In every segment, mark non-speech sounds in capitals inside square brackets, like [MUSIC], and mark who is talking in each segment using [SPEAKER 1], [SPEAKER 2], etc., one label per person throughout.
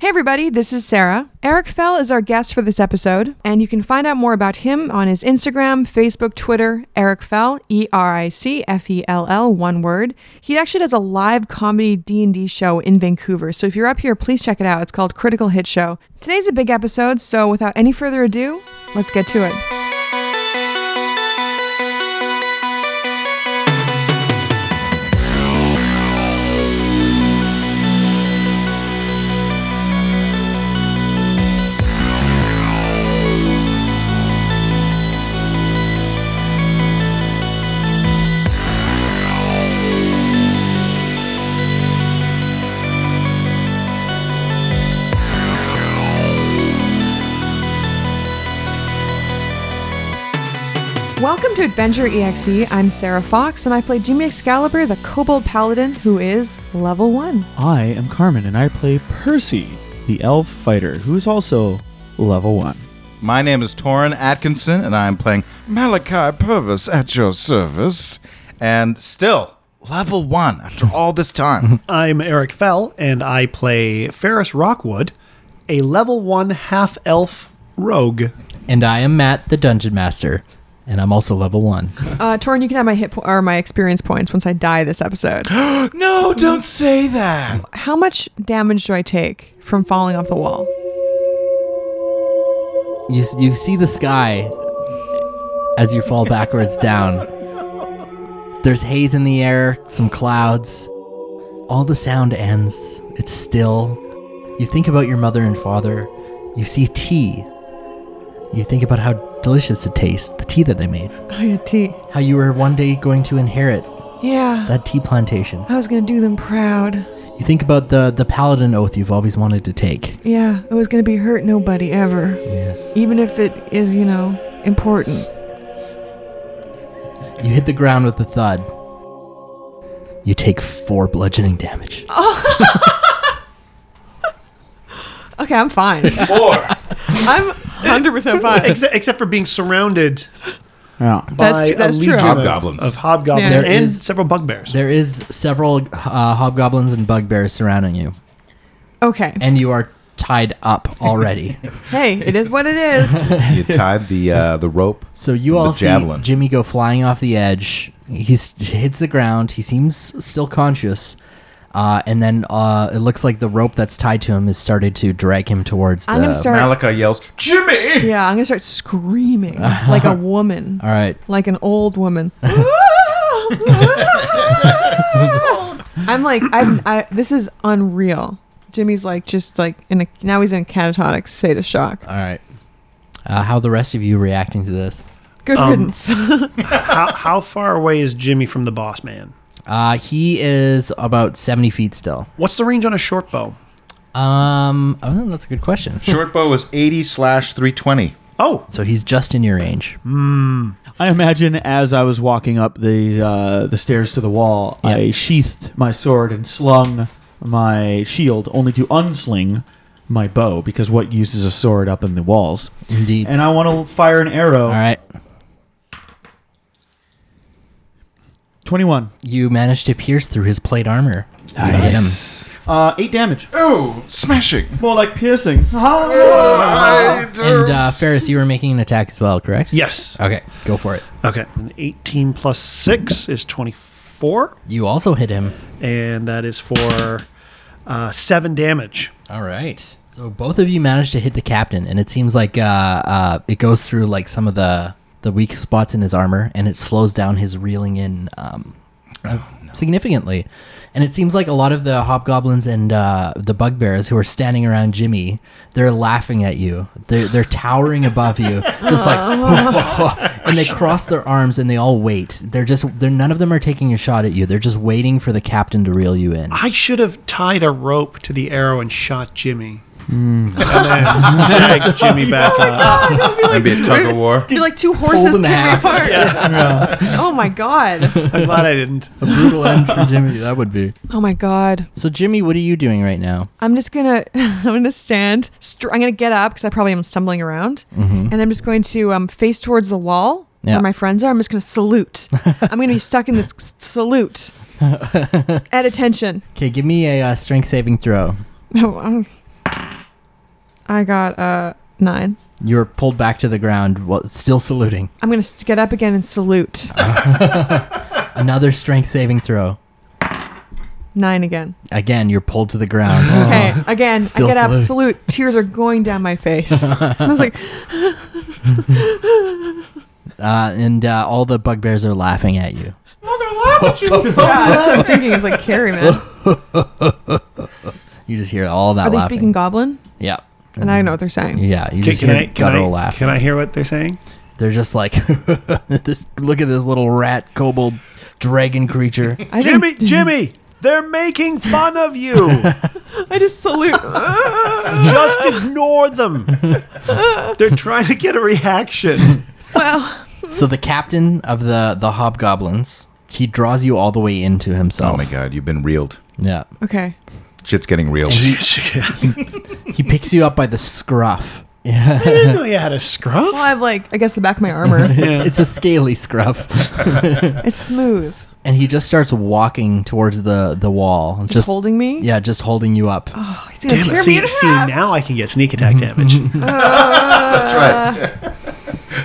[SPEAKER 1] Hey, everybody, this is Sarah. Eric Fell is our guest for this episode, and you can find out more about him on his Instagram, Facebook, Twitter, Eric Fell, E R I C F E L L, one word. He actually does a live comedy D&D show in Vancouver, so if you're up here, please check it out. It's called Critical Hit Show. Today's a big episode, so without any further ado, let's get to it. Welcome to Adventure EXE. I'm Sarah Fox, and I play Jimmy Excalibur, the Kobold Paladin, who is level one.
[SPEAKER 2] I am Carmen, and I play Percy, the elf fighter, who is also level one.
[SPEAKER 3] My name is Torin Atkinson, and I'm playing Malachi Purvis at your service. And still, level one after all this
[SPEAKER 4] [LAUGHS]
[SPEAKER 3] time.
[SPEAKER 5] I'm Eric Fell, and I play Ferris Rockwood, a level one half elf rogue.
[SPEAKER 4] And I am Matt, the Dungeon Master, and I'm also level one.
[SPEAKER 1] Uh, Torin, you can have my hit po- or my experience points once I die this episode.
[SPEAKER 3] no, don't say
[SPEAKER 4] [LAUGHS]
[SPEAKER 3] that.
[SPEAKER 1] How much damage do I take from falling off the wall?
[SPEAKER 4] You, you see the sky as you fall backwards down. There's haze in the air, some clouds. All the sound ends. It's still. You think about your mother and father. You see tea. You think about how delicious it tastes, the tea that they made.
[SPEAKER 1] Oh, yeah, tea.
[SPEAKER 4] How you were one day going to inherit
[SPEAKER 1] Yeah,
[SPEAKER 4] that tea plantation.
[SPEAKER 1] I was gonna do them proud.
[SPEAKER 4] You think about the, the paladin oath you've always wanted to take.
[SPEAKER 1] Yeah, I was gonna be hurt nobody ever,
[SPEAKER 4] Yes.
[SPEAKER 1] even if it is, you know, important.
[SPEAKER 4] You hit the ground with a thud. You take four bludgeoning damage.
[SPEAKER 1] Okay, I'm fine. Or [LAUGHS] I'm 100 percent fine.
[SPEAKER 5] Except, except for being surrounded
[SPEAKER 2] Yeah.
[SPEAKER 1] That's
[SPEAKER 5] by
[SPEAKER 1] tr- that's
[SPEAKER 5] a
[SPEAKER 1] true.
[SPEAKER 5] legion
[SPEAKER 3] Hobgoblins.
[SPEAKER 5] Of, of hobgoblins
[SPEAKER 1] Yeah.
[SPEAKER 4] There
[SPEAKER 5] and
[SPEAKER 4] is-
[SPEAKER 5] several bugbears.
[SPEAKER 4] There is several uh, hobgoblins and bugbears surrounding you,
[SPEAKER 1] Okay.
[SPEAKER 4] and you are tied up
[SPEAKER 1] [LAUGHS]
[SPEAKER 4] already.
[SPEAKER 1] Hey, it is what it
[SPEAKER 4] [LAUGHS]
[SPEAKER 1] is.
[SPEAKER 3] You tied the uh, the rope.
[SPEAKER 4] so you
[SPEAKER 3] The
[SPEAKER 4] all see
[SPEAKER 3] javelin.
[SPEAKER 4] Jimmy go flying off the edge. He's, he hits the ground. He seems still conscious, uh, and then uh, it looks like the rope that's tied to him has started to drag him towards. The,
[SPEAKER 1] I'm gonna start.
[SPEAKER 3] Malachi yells, Jimmy!
[SPEAKER 1] Yeah, I'm gonna start screaming like a woman,
[SPEAKER 4] All right.
[SPEAKER 1] like an old [LAUGHS] woman. I'm like, I'm, I, this is unreal. Jimmy's like, just like in a now he's in a catatonic state of shock.
[SPEAKER 4] All right. Uh, how the rest of you reacting to this?
[SPEAKER 1] Good [LAUGHS]
[SPEAKER 3] Um,
[SPEAKER 1] riddance.
[SPEAKER 5] how, how far away is Jimmy from the boss man?
[SPEAKER 4] Uh, he is about seventy feet still.
[SPEAKER 5] What's the range on a short bow?
[SPEAKER 4] Um, oh, that's a good question.
[SPEAKER 3] Short bow is 80 slash 320.
[SPEAKER 5] Oh,
[SPEAKER 4] So he's just in your range.
[SPEAKER 2] I imagine as I was walking up the uh, the stairs to the wall,
[SPEAKER 4] Yeah.
[SPEAKER 2] I sheathed my sword and slung my shield, only to unsling my bow because what uses a sword up in the walls?
[SPEAKER 4] Indeed.
[SPEAKER 2] And I want to fire an arrow.
[SPEAKER 4] All right.
[SPEAKER 2] Twenty-one.
[SPEAKER 4] You managed to pierce through his plate armor. You hit him.
[SPEAKER 2] Uh, eight damage.
[SPEAKER 3] Oh, smashing.
[SPEAKER 2] More like piercing.
[SPEAKER 4] And uh, Ferris, you were making an attack as well, correct?
[SPEAKER 5] yes.
[SPEAKER 4] Okay, go for it.
[SPEAKER 5] Okay. 18 plus 6 is 24,
[SPEAKER 4] You also hit him.
[SPEAKER 5] and that is for uh, 7 damage.
[SPEAKER 4] All right. So both of you managed to hit the captain, and it seems like uh, uh, it goes through like some of the the weak spots in his armor, and it slows down his reeling in um, uh, significantly. And it seems like a lot of the hobgoblins and uh, the bugbears who are standing around Jimmy, they're laughing at you. They're, they're towering above you, just like, [LAUGHS] and they cross their arms and they all wait. They're just, they're none of them are taking a shot at you. They're just waiting for the captain to reel you in.
[SPEAKER 5] I should have tied a rope to the arrow and shot Jimmy.
[SPEAKER 4] Hmm.
[SPEAKER 5] and then dragged Jimmy back up.
[SPEAKER 3] Maybe a tug of war.
[SPEAKER 1] You're like two horses
[SPEAKER 4] them in
[SPEAKER 1] tearing
[SPEAKER 3] [LAUGHS]
[SPEAKER 4] half.
[SPEAKER 1] apart. Oh my god.
[SPEAKER 5] I'm glad I didn't.
[SPEAKER 4] A brutal end for Jimmy. That would be.
[SPEAKER 1] Oh my god.
[SPEAKER 4] So Jimmy, what are you doing right now?
[SPEAKER 1] I'm just gonna [LAUGHS] I'm gonna stand. Str- I'm gonna get up because I probably am stumbling around, and I'm just going to um, face towards the wall
[SPEAKER 4] Mm-hmm. Yeah.
[SPEAKER 1] where my friends are. I'm just gonna
[SPEAKER 4] [LAUGHS]
[SPEAKER 1] salute. I'm gonna be stuck in this s- salute at attention.
[SPEAKER 4] Okay, give me a uh, strength saving throw.
[SPEAKER 1] Oh, um, I got uh, nine.
[SPEAKER 4] You're pulled back to the ground, while still saluting.
[SPEAKER 1] I'm going to get up again and salute.
[SPEAKER 4] Another strength saving throw.
[SPEAKER 1] Nine again.
[SPEAKER 4] Again, you're pulled to the ground.
[SPEAKER 1] [LAUGHS]
[SPEAKER 4] [LAUGHS]
[SPEAKER 1] Okay, again, I
[SPEAKER 4] Still
[SPEAKER 1] get up,
[SPEAKER 4] salute.
[SPEAKER 1] salute. Tears are going down my
[SPEAKER 4] [LAUGHS]
[SPEAKER 1] face. I was like,
[SPEAKER 4] Uh, and uh, all the bugbears are laughing at you.
[SPEAKER 1] yeah, that's what I'm thinking. It's like, Carrie,
[SPEAKER 4] [LAUGHS]
[SPEAKER 1] man.
[SPEAKER 4] You just hear all that
[SPEAKER 1] Are they
[SPEAKER 4] laughing.
[SPEAKER 1] speaking goblin?
[SPEAKER 4] yeah.
[SPEAKER 1] And I don't know what they're saying.
[SPEAKER 4] Yeah, you
[SPEAKER 5] Can,
[SPEAKER 4] just
[SPEAKER 5] can,
[SPEAKER 4] hear
[SPEAKER 5] I, can,
[SPEAKER 4] guttural
[SPEAKER 5] I,
[SPEAKER 4] laugh.
[SPEAKER 5] can I hear what they're saying?
[SPEAKER 4] They're just like, [LAUGHS] this, look at this little rat kobold
[SPEAKER 1] [LAUGHS]
[SPEAKER 4] dragon creature.
[SPEAKER 1] I think-
[SPEAKER 5] Jimmy, Jimmy, they're making fun of you.
[SPEAKER 1] I just salute.
[SPEAKER 5] Just ignore them. They're trying to get a reaction.
[SPEAKER 1] well,
[SPEAKER 4] so the captain of the the hobgoblins, he draws you all the way into himself.
[SPEAKER 3] Oh my god, you've been reeled.
[SPEAKER 4] Yeah.
[SPEAKER 1] [LAUGHS] okay.
[SPEAKER 3] Shit's getting real.
[SPEAKER 5] I
[SPEAKER 4] He picks you up by
[SPEAKER 1] [LAUGHS]
[SPEAKER 4] the scruff. [LAUGHS]
[SPEAKER 5] didn't know you had a scruff.
[SPEAKER 1] Well, I have like, I guess the back of my armor.
[SPEAKER 4] It's a scaly scruff.
[SPEAKER 1] it's smooth.
[SPEAKER 4] And he just starts walking towards the the wall.
[SPEAKER 1] Just, holding me.
[SPEAKER 4] Yeah, just holding you up.
[SPEAKER 1] Oh, he's gonna
[SPEAKER 5] Damn
[SPEAKER 1] tear
[SPEAKER 5] it.
[SPEAKER 1] me
[SPEAKER 5] See,
[SPEAKER 1] in [LAUGHS]
[SPEAKER 5] see,
[SPEAKER 1] half.
[SPEAKER 5] now I can get sneak attack damage.
[SPEAKER 3] That's right.
[SPEAKER 1] [LAUGHS]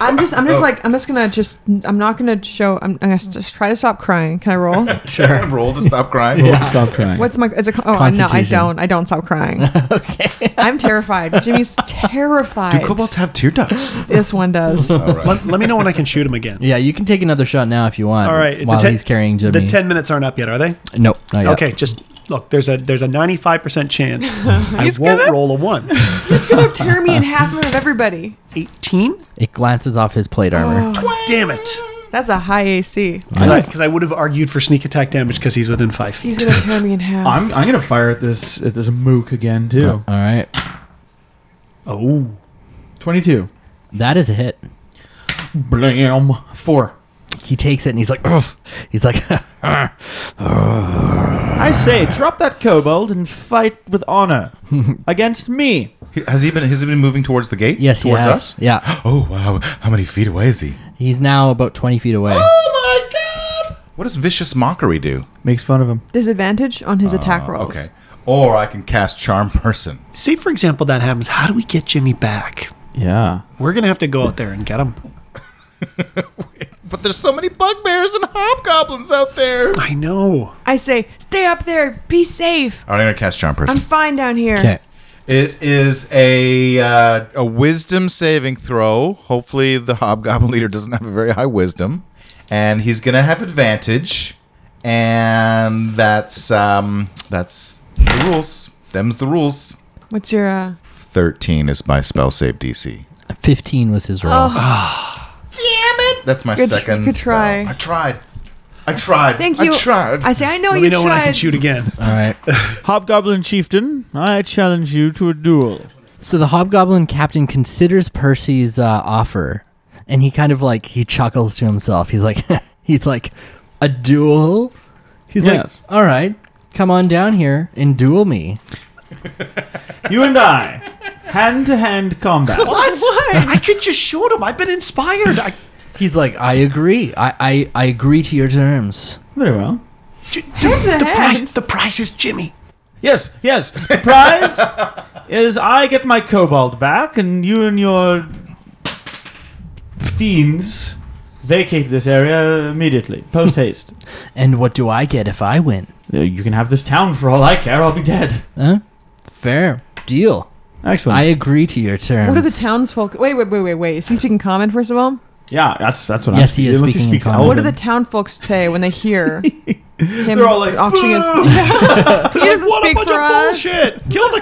[SPEAKER 1] I'm just, I'm just like, I'm just gonna just, I'm not gonna show. I'm, I'm gonna just try to stop crying. Can I roll?
[SPEAKER 4] [LAUGHS] Sure.
[SPEAKER 3] Roll to stop
[SPEAKER 4] [LAUGHS]
[SPEAKER 3] crying.
[SPEAKER 2] Roll to [LAUGHS] stop crying.
[SPEAKER 1] What's my? Is it? Oh uh, no, I
[SPEAKER 4] Constitution.
[SPEAKER 1] don't. I don't stop crying. okay. I'm terrified. Jimmy's terrified.
[SPEAKER 3] Do kobolds have tear ducts?
[SPEAKER 1] this one does.
[SPEAKER 3] All right.
[SPEAKER 5] let, let me know when I can shoot him again.
[SPEAKER 4] Yeah, you can take another shot now if you want.
[SPEAKER 5] All right. the
[SPEAKER 4] While
[SPEAKER 5] ten-
[SPEAKER 4] he's carrying Jimmy.
[SPEAKER 5] The ten minutes aren't up yet, are they?
[SPEAKER 4] Nope. not yet.
[SPEAKER 5] Okay, just look. There's a there's a ninety five percent chance I
[SPEAKER 1] He's
[SPEAKER 5] won't
[SPEAKER 1] gonna-
[SPEAKER 5] roll a one.
[SPEAKER 1] He's gonna tear me in half in front of everybody.
[SPEAKER 5] Eighteen.
[SPEAKER 4] It glances off his plate
[SPEAKER 1] Oh.
[SPEAKER 4] armor.
[SPEAKER 5] Damn it!
[SPEAKER 1] That's a high AC.
[SPEAKER 5] Because I would have argued for sneak attack damage because he's within five
[SPEAKER 1] He's
[SPEAKER 5] feet.
[SPEAKER 1] gonna tear me in half.
[SPEAKER 2] I'm I'm gonna fire at this at this mook again too.
[SPEAKER 4] All right.
[SPEAKER 5] Oh,
[SPEAKER 2] Twenty two.
[SPEAKER 4] That is a hit.
[SPEAKER 2] Blam.
[SPEAKER 4] Four. He takes it and he's like, Ugh. he's like, [LAUGHS]
[SPEAKER 2] I say, drop that kobold and fight with honor [LAUGHS] against me.
[SPEAKER 3] Has he been? Has he been moving towards the gate?
[SPEAKER 4] yes, he
[SPEAKER 3] towards
[SPEAKER 4] has.
[SPEAKER 3] us.
[SPEAKER 4] Yeah,
[SPEAKER 3] [GASPS] Oh wow! How many feet away is he?
[SPEAKER 4] he's now about twenty feet away.
[SPEAKER 3] Oh my god! What does vicious mockery do?
[SPEAKER 2] Makes fun of him.
[SPEAKER 1] Disadvantage on his attack rolls.
[SPEAKER 3] Okay. Or I can cast charm person.
[SPEAKER 5] say for example that happens. How do we get Jimmy back?
[SPEAKER 2] Yeah.
[SPEAKER 5] We're gonna have to go out there and get him.
[SPEAKER 3] But there's so many bugbears and hobgoblins out there. All right,
[SPEAKER 5] I know.
[SPEAKER 1] I say, stay up there. Be safe.
[SPEAKER 3] I'm gonna cast charm person.
[SPEAKER 1] I'm fine down here.
[SPEAKER 4] Okay.
[SPEAKER 3] It is a uh, a wisdom saving throw. Hopefully, the hobgoblin leader doesn't have a very high wisdom, and he's gonna have advantage. And that's um that's the rules. Them's the rules.
[SPEAKER 1] What's your? uh
[SPEAKER 3] Thirteen is my spell save DC.
[SPEAKER 4] Fifteen was his roll.
[SPEAKER 1] Oh.
[SPEAKER 3] That's my
[SPEAKER 1] Good-
[SPEAKER 3] second.
[SPEAKER 1] good
[SPEAKER 3] spell.
[SPEAKER 1] try.
[SPEAKER 3] I tried. I tried.
[SPEAKER 1] Thank
[SPEAKER 3] I
[SPEAKER 1] you.
[SPEAKER 3] tried.
[SPEAKER 1] I say, I know Oh,
[SPEAKER 5] Let
[SPEAKER 1] you
[SPEAKER 5] me know
[SPEAKER 1] tried.
[SPEAKER 5] when I can shoot again.
[SPEAKER 4] All right.
[SPEAKER 2] Hobgoblin chieftain, I challenge you to a duel.
[SPEAKER 4] So the hobgoblin captain considers Percy's uh, offer, and he kind of like he chuckles to himself. He's like, [LAUGHS] he's like, a duel. He's
[SPEAKER 2] Yes.
[SPEAKER 4] like, all right, come on down here and duel me.
[SPEAKER 2] You and I, hand to hand combat.
[SPEAKER 5] What? [LAUGHS] I could just shoot him. I've been inspired. I,
[SPEAKER 4] He's like, I agree. I I, I agree to your terms.
[SPEAKER 2] [LAUGHS] Very well.
[SPEAKER 1] Hand to
[SPEAKER 5] the,
[SPEAKER 1] hand.
[SPEAKER 5] prize, the prize is Jimmy.
[SPEAKER 2] Yes, yes. The prize is I get my kobold back, and you and your fiends vacate this area immediately, post [LAUGHS] haste.
[SPEAKER 4] And what do I get if I win?
[SPEAKER 2] Uh, you can have this town for all I care. I'll be dead.
[SPEAKER 4] Huh? Fair deal.
[SPEAKER 2] Excellent.
[SPEAKER 4] I agree to your terms.
[SPEAKER 1] What are the townsfolk? Wait, wait, wait, wait, wait. Is he speaking common, first of all?
[SPEAKER 2] yeah, that's that's what I'm.
[SPEAKER 4] Yes, he is
[SPEAKER 2] unless
[SPEAKER 4] speaking in
[SPEAKER 2] speaks
[SPEAKER 4] common.
[SPEAKER 2] Elven.
[SPEAKER 1] What do the townfolk say when they
[SPEAKER 5] [LAUGHS]
[SPEAKER 1] hear him
[SPEAKER 2] They're all like,
[SPEAKER 1] auctioning his. [LAUGHS]
[SPEAKER 2] "Boo!"
[SPEAKER 1] he doesn't
[SPEAKER 5] what
[SPEAKER 1] speak
[SPEAKER 5] a bunch
[SPEAKER 1] for
[SPEAKER 5] of
[SPEAKER 1] us.
[SPEAKER 2] [LAUGHS]
[SPEAKER 5] bullshit! Kill the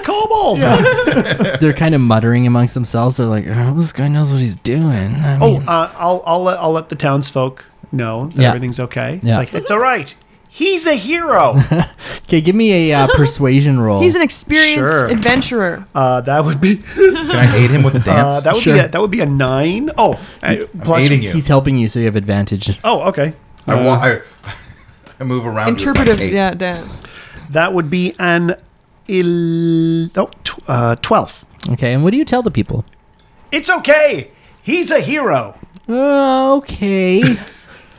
[SPEAKER 4] [LAUGHS]
[SPEAKER 5] kobold. [LAUGHS]
[SPEAKER 4] They're kind of muttering amongst themselves. They're like, oh, this guy knows what he's doing. I
[SPEAKER 5] Oh,
[SPEAKER 4] mean-
[SPEAKER 5] uh, I'll I'll let, I'll let the townsfolk know that
[SPEAKER 4] Yeah.
[SPEAKER 5] everything's okay.
[SPEAKER 4] Yeah.
[SPEAKER 5] It's like it's all right. He's a [LAUGHS] hero.
[SPEAKER 4] Okay, give
[SPEAKER 1] [LAUGHS]
[SPEAKER 4] me a uh, persuasion roll.
[SPEAKER 1] He's an experienced
[SPEAKER 5] Sure.
[SPEAKER 1] adventurer.
[SPEAKER 5] uh, that would be
[SPEAKER 3] Can I aid him with the dance?
[SPEAKER 5] uh, that would
[SPEAKER 4] Sure.
[SPEAKER 5] be a, that would be a nine. Oh, I- plus.
[SPEAKER 3] aiding you.
[SPEAKER 4] He's helping you, so you have advantage.
[SPEAKER 5] Oh, okay.
[SPEAKER 3] I, wa- I, [LAUGHS] I move around.
[SPEAKER 1] Interpretive
[SPEAKER 3] With my cape.
[SPEAKER 1] yeah, dance.
[SPEAKER 5] That would be an il- no, tw- uh, twelve.
[SPEAKER 4] Okay, and what do you tell the people?
[SPEAKER 5] It's okay. He's a hero.
[SPEAKER 4] Uh, okay,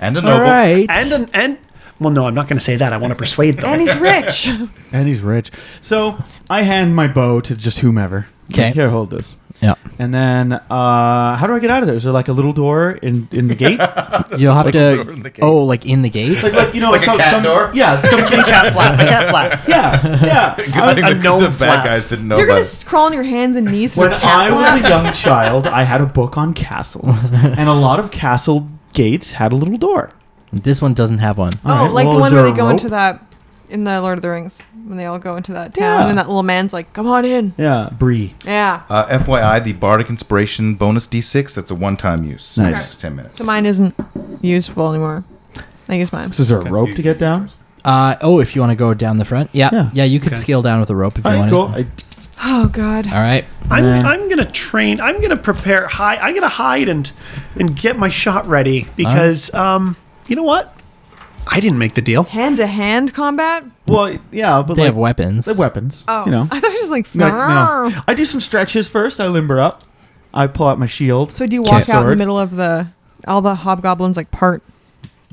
[SPEAKER 3] And a
[SPEAKER 4] all
[SPEAKER 3] noble.
[SPEAKER 4] right.
[SPEAKER 5] And an and well, no, I'm not going to say that. I want to persuade them. [LAUGHS]
[SPEAKER 1] And he's rich.
[SPEAKER 2] And he's rich. So I hand my bow to just whomever.
[SPEAKER 4] Okay.
[SPEAKER 2] Here, hold this.
[SPEAKER 4] Yeah.
[SPEAKER 2] And then, uh, how do I get out of there? Is there like a little door in, in the gate? like,
[SPEAKER 4] You'll have
[SPEAKER 3] Like door in the
[SPEAKER 4] to.
[SPEAKER 3] gate.
[SPEAKER 4] Oh, like in the
[SPEAKER 2] [LAUGHS]
[SPEAKER 4] gate.
[SPEAKER 2] like, you know,
[SPEAKER 3] Like a
[SPEAKER 2] some,
[SPEAKER 3] cat
[SPEAKER 2] some-
[SPEAKER 3] door?
[SPEAKER 2] Yeah, some
[SPEAKER 3] [LAUGHS]
[SPEAKER 2] gate cat flap. A cat flap. Yeah, [LAUGHS] yeah.
[SPEAKER 3] I think
[SPEAKER 5] a
[SPEAKER 3] the,
[SPEAKER 5] gnome
[SPEAKER 3] the bad
[SPEAKER 5] flap.
[SPEAKER 3] guys didn't know
[SPEAKER 1] You're
[SPEAKER 3] about
[SPEAKER 1] gonna
[SPEAKER 3] it.
[SPEAKER 1] s- crawl on your hands and knees for
[SPEAKER 2] When
[SPEAKER 1] a
[SPEAKER 2] I
[SPEAKER 1] cat flap?
[SPEAKER 2] was a young child, I had a book on castles, and a lot of castle gates had a little door.
[SPEAKER 4] This one doesn't have one.
[SPEAKER 1] Oh,
[SPEAKER 2] All right,
[SPEAKER 1] like the
[SPEAKER 2] well, is
[SPEAKER 1] one where
[SPEAKER 2] there
[SPEAKER 1] they
[SPEAKER 2] a
[SPEAKER 1] go
[SPEAKER 2] rope?
[SPEAKER 1] into that in the Lord of the Rings when they all go into that town
[SPEAKER 2] Yeah.
[SPEAKER 1] and that little man's like, "Come on in."
[SPEAKER 2] Yeah, Bree.
[SPEAKER 1] Yeah.
[SPEAKER 3] Uh, FYI, the Bardic Inspiration bonus D6, that's a one time use.
[SPEAKER 2] Nice.
[SPEAKER 3] It's 10 minutes.
[SPEAKER 1] So mine isn't useful anymore. I use mine.
[SPEAKER 2] So is there a rope to get down?
[SPEAKER 4] Uh, oh, if you want to go down the front, yeah,
[SPEAKER 2] Yeah.
[SPEAKER 4] yeah, you could
[SPEAKER 5] Okay.
[SPEAKER 4] scale down with a rope if
[SPEAKER 2] All
[SPEAKER 4] you
[SPEAKER 2] right,
[SPEAKER 4] wanted.
[SPEAKER 2] cool. I,
[SPEAKER 1] Oh God.
[SPEAKER 4] All right,
[SPEAKER 5] [LAUGHS] I'm,
[SPEAKER 2] Yeah.
[SPEAKER 5] I'm gonna train. I'm gonna prepare. Hi, I'm gonna hide and and get my shot ready because um, you know what? I didn't make the deal.
[SPEAKER 1] Hand to hand combat.
[SPEAKER 2] well, yeah, but
[SPEAKER 4] they
[SPEAKER 2] like,
[SPEAKER 4] have weapons.
[SPEAKER 2] they have weapons.
[SPEAKER 1] Oh, [LAUGHS]
[SPEAKER 2] you know.
[SPEAKER 1] I thought it was like.
[SPEAKER 2] No, no. I do some stretches first. I limber up. I pull out my shield.
[SPEAKER 1] So do you walk out in the
[SPEAKER 2] Sword.
[SPEAKER 1] middle of the all the hobgoblins like part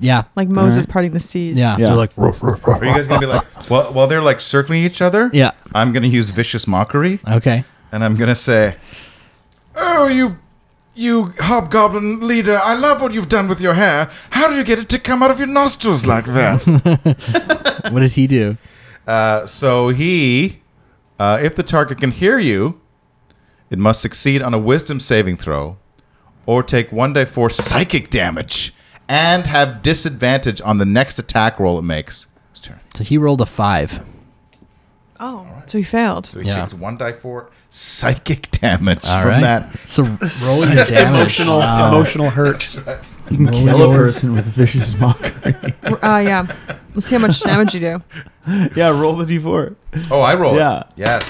[SPEAKER 4] yeah,
[SPEAKER 1] like Moses parting the seas?
[SPEAKER 4] yeah,
[SPEAKER 2] Yeah.
[SPEAKER 4] they're like,
[SPEAKER 3] Are you guys going to be like, well, while they're like circling each other,
[SPEAKER 4] Yeah.
[SPEAKER 3] I'm going to use Vicious Mockery
[SPEAKER 4] okay,
[SPEAKER 3] and I'm going to say, oh, you. You hobgoblin leader, I love what you've done with your hair. How do you get it to come out of your nostrils like that?
[SPEAKER 4] [LAUGHS] what does he do?
[SPEAKER 3] Uh, so he, uh, if the target can hear you, it must succeed on a wisdom saving throw or take 1d4 psychic damage and have disadvantage on the next attack roll it makes. His turn.
[SPEAKER 4] So he rolled a five.
[SPEAKER 1] Oh, so he failed.
[SPEAKER 3] So he
[SPEAKER 4] Yeah.
[SPEAKER 3] takes 1d4 psychic damage
[SPEAKER 4] All
[SPEAKER 3] from
[SPEAKER 4] right,
[SPEAKER 3] that.
[SPEAKER 4] so roll your damage.
[SPEAKER 5] Emotional, emotional hurt.
[SPEAKER 4] Roll
[SPEAKER 2] Kill a
[SPEAKER 4] your-
[SPEAKER 2] person [LAUGHS] with vicious mockery.
[SPEAKER 1] Uh, yeah. Let's see how much damage you do.
[SPEAKER 2] yeah, roll the d4.
[SPEAKER 3] Oh, I roll
[SPEAKER 2] Yeah.
[SPEAKER 3] it. Yes.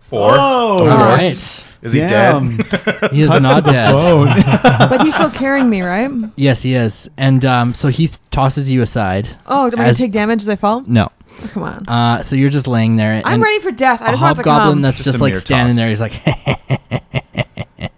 [SPEAKER 3] Four.
[SPEAKER 2] Oh,
[SPEAKER 4] All
[SPEAKER 3] course.
[SPEAKER 4] right,
[SPEAKER 3] Is he
[SPEAKER 2] Damn. [LAUGHS]
[SPEAKER 3] dead?
[SPEAKER 4] he is not dead.
[SPEAKER 2] Bone.
[SPEAKER 1] But he's still carrying me, right?
[SPEAKER 4] Yes, he is, and um, so he th- tosses you aside.
[SPEAKER 1] Oh, do I
[SPEAKER 4] As-
[SPEAKER 1] take damage as I fall?
[SPEAKER 4] No,
[SPEAKER 1] Oh, come on.
[SPEAKER 4] uh, so you're just laying there.
[SPEAKER 1] I'm
[SPEAKER 4] and
[SPEAKER 1] ready for death. I
[SPEAKER 4] a
[SPEAKER 1] just want it to
[SPEAKER 4] hobgoblin
[SPEAKER 1] come.
[SPEAKER 4] that's
[SPEAKER 3] Just
[SPEAKER 4] just
[SPEAKER 3] a
[SPEAKER 4] like
[SPEAKER 3] mere
[SPEAKER 4] standing
[SPEAKER 3] toss.
[SPEAKER 4] there. He's like,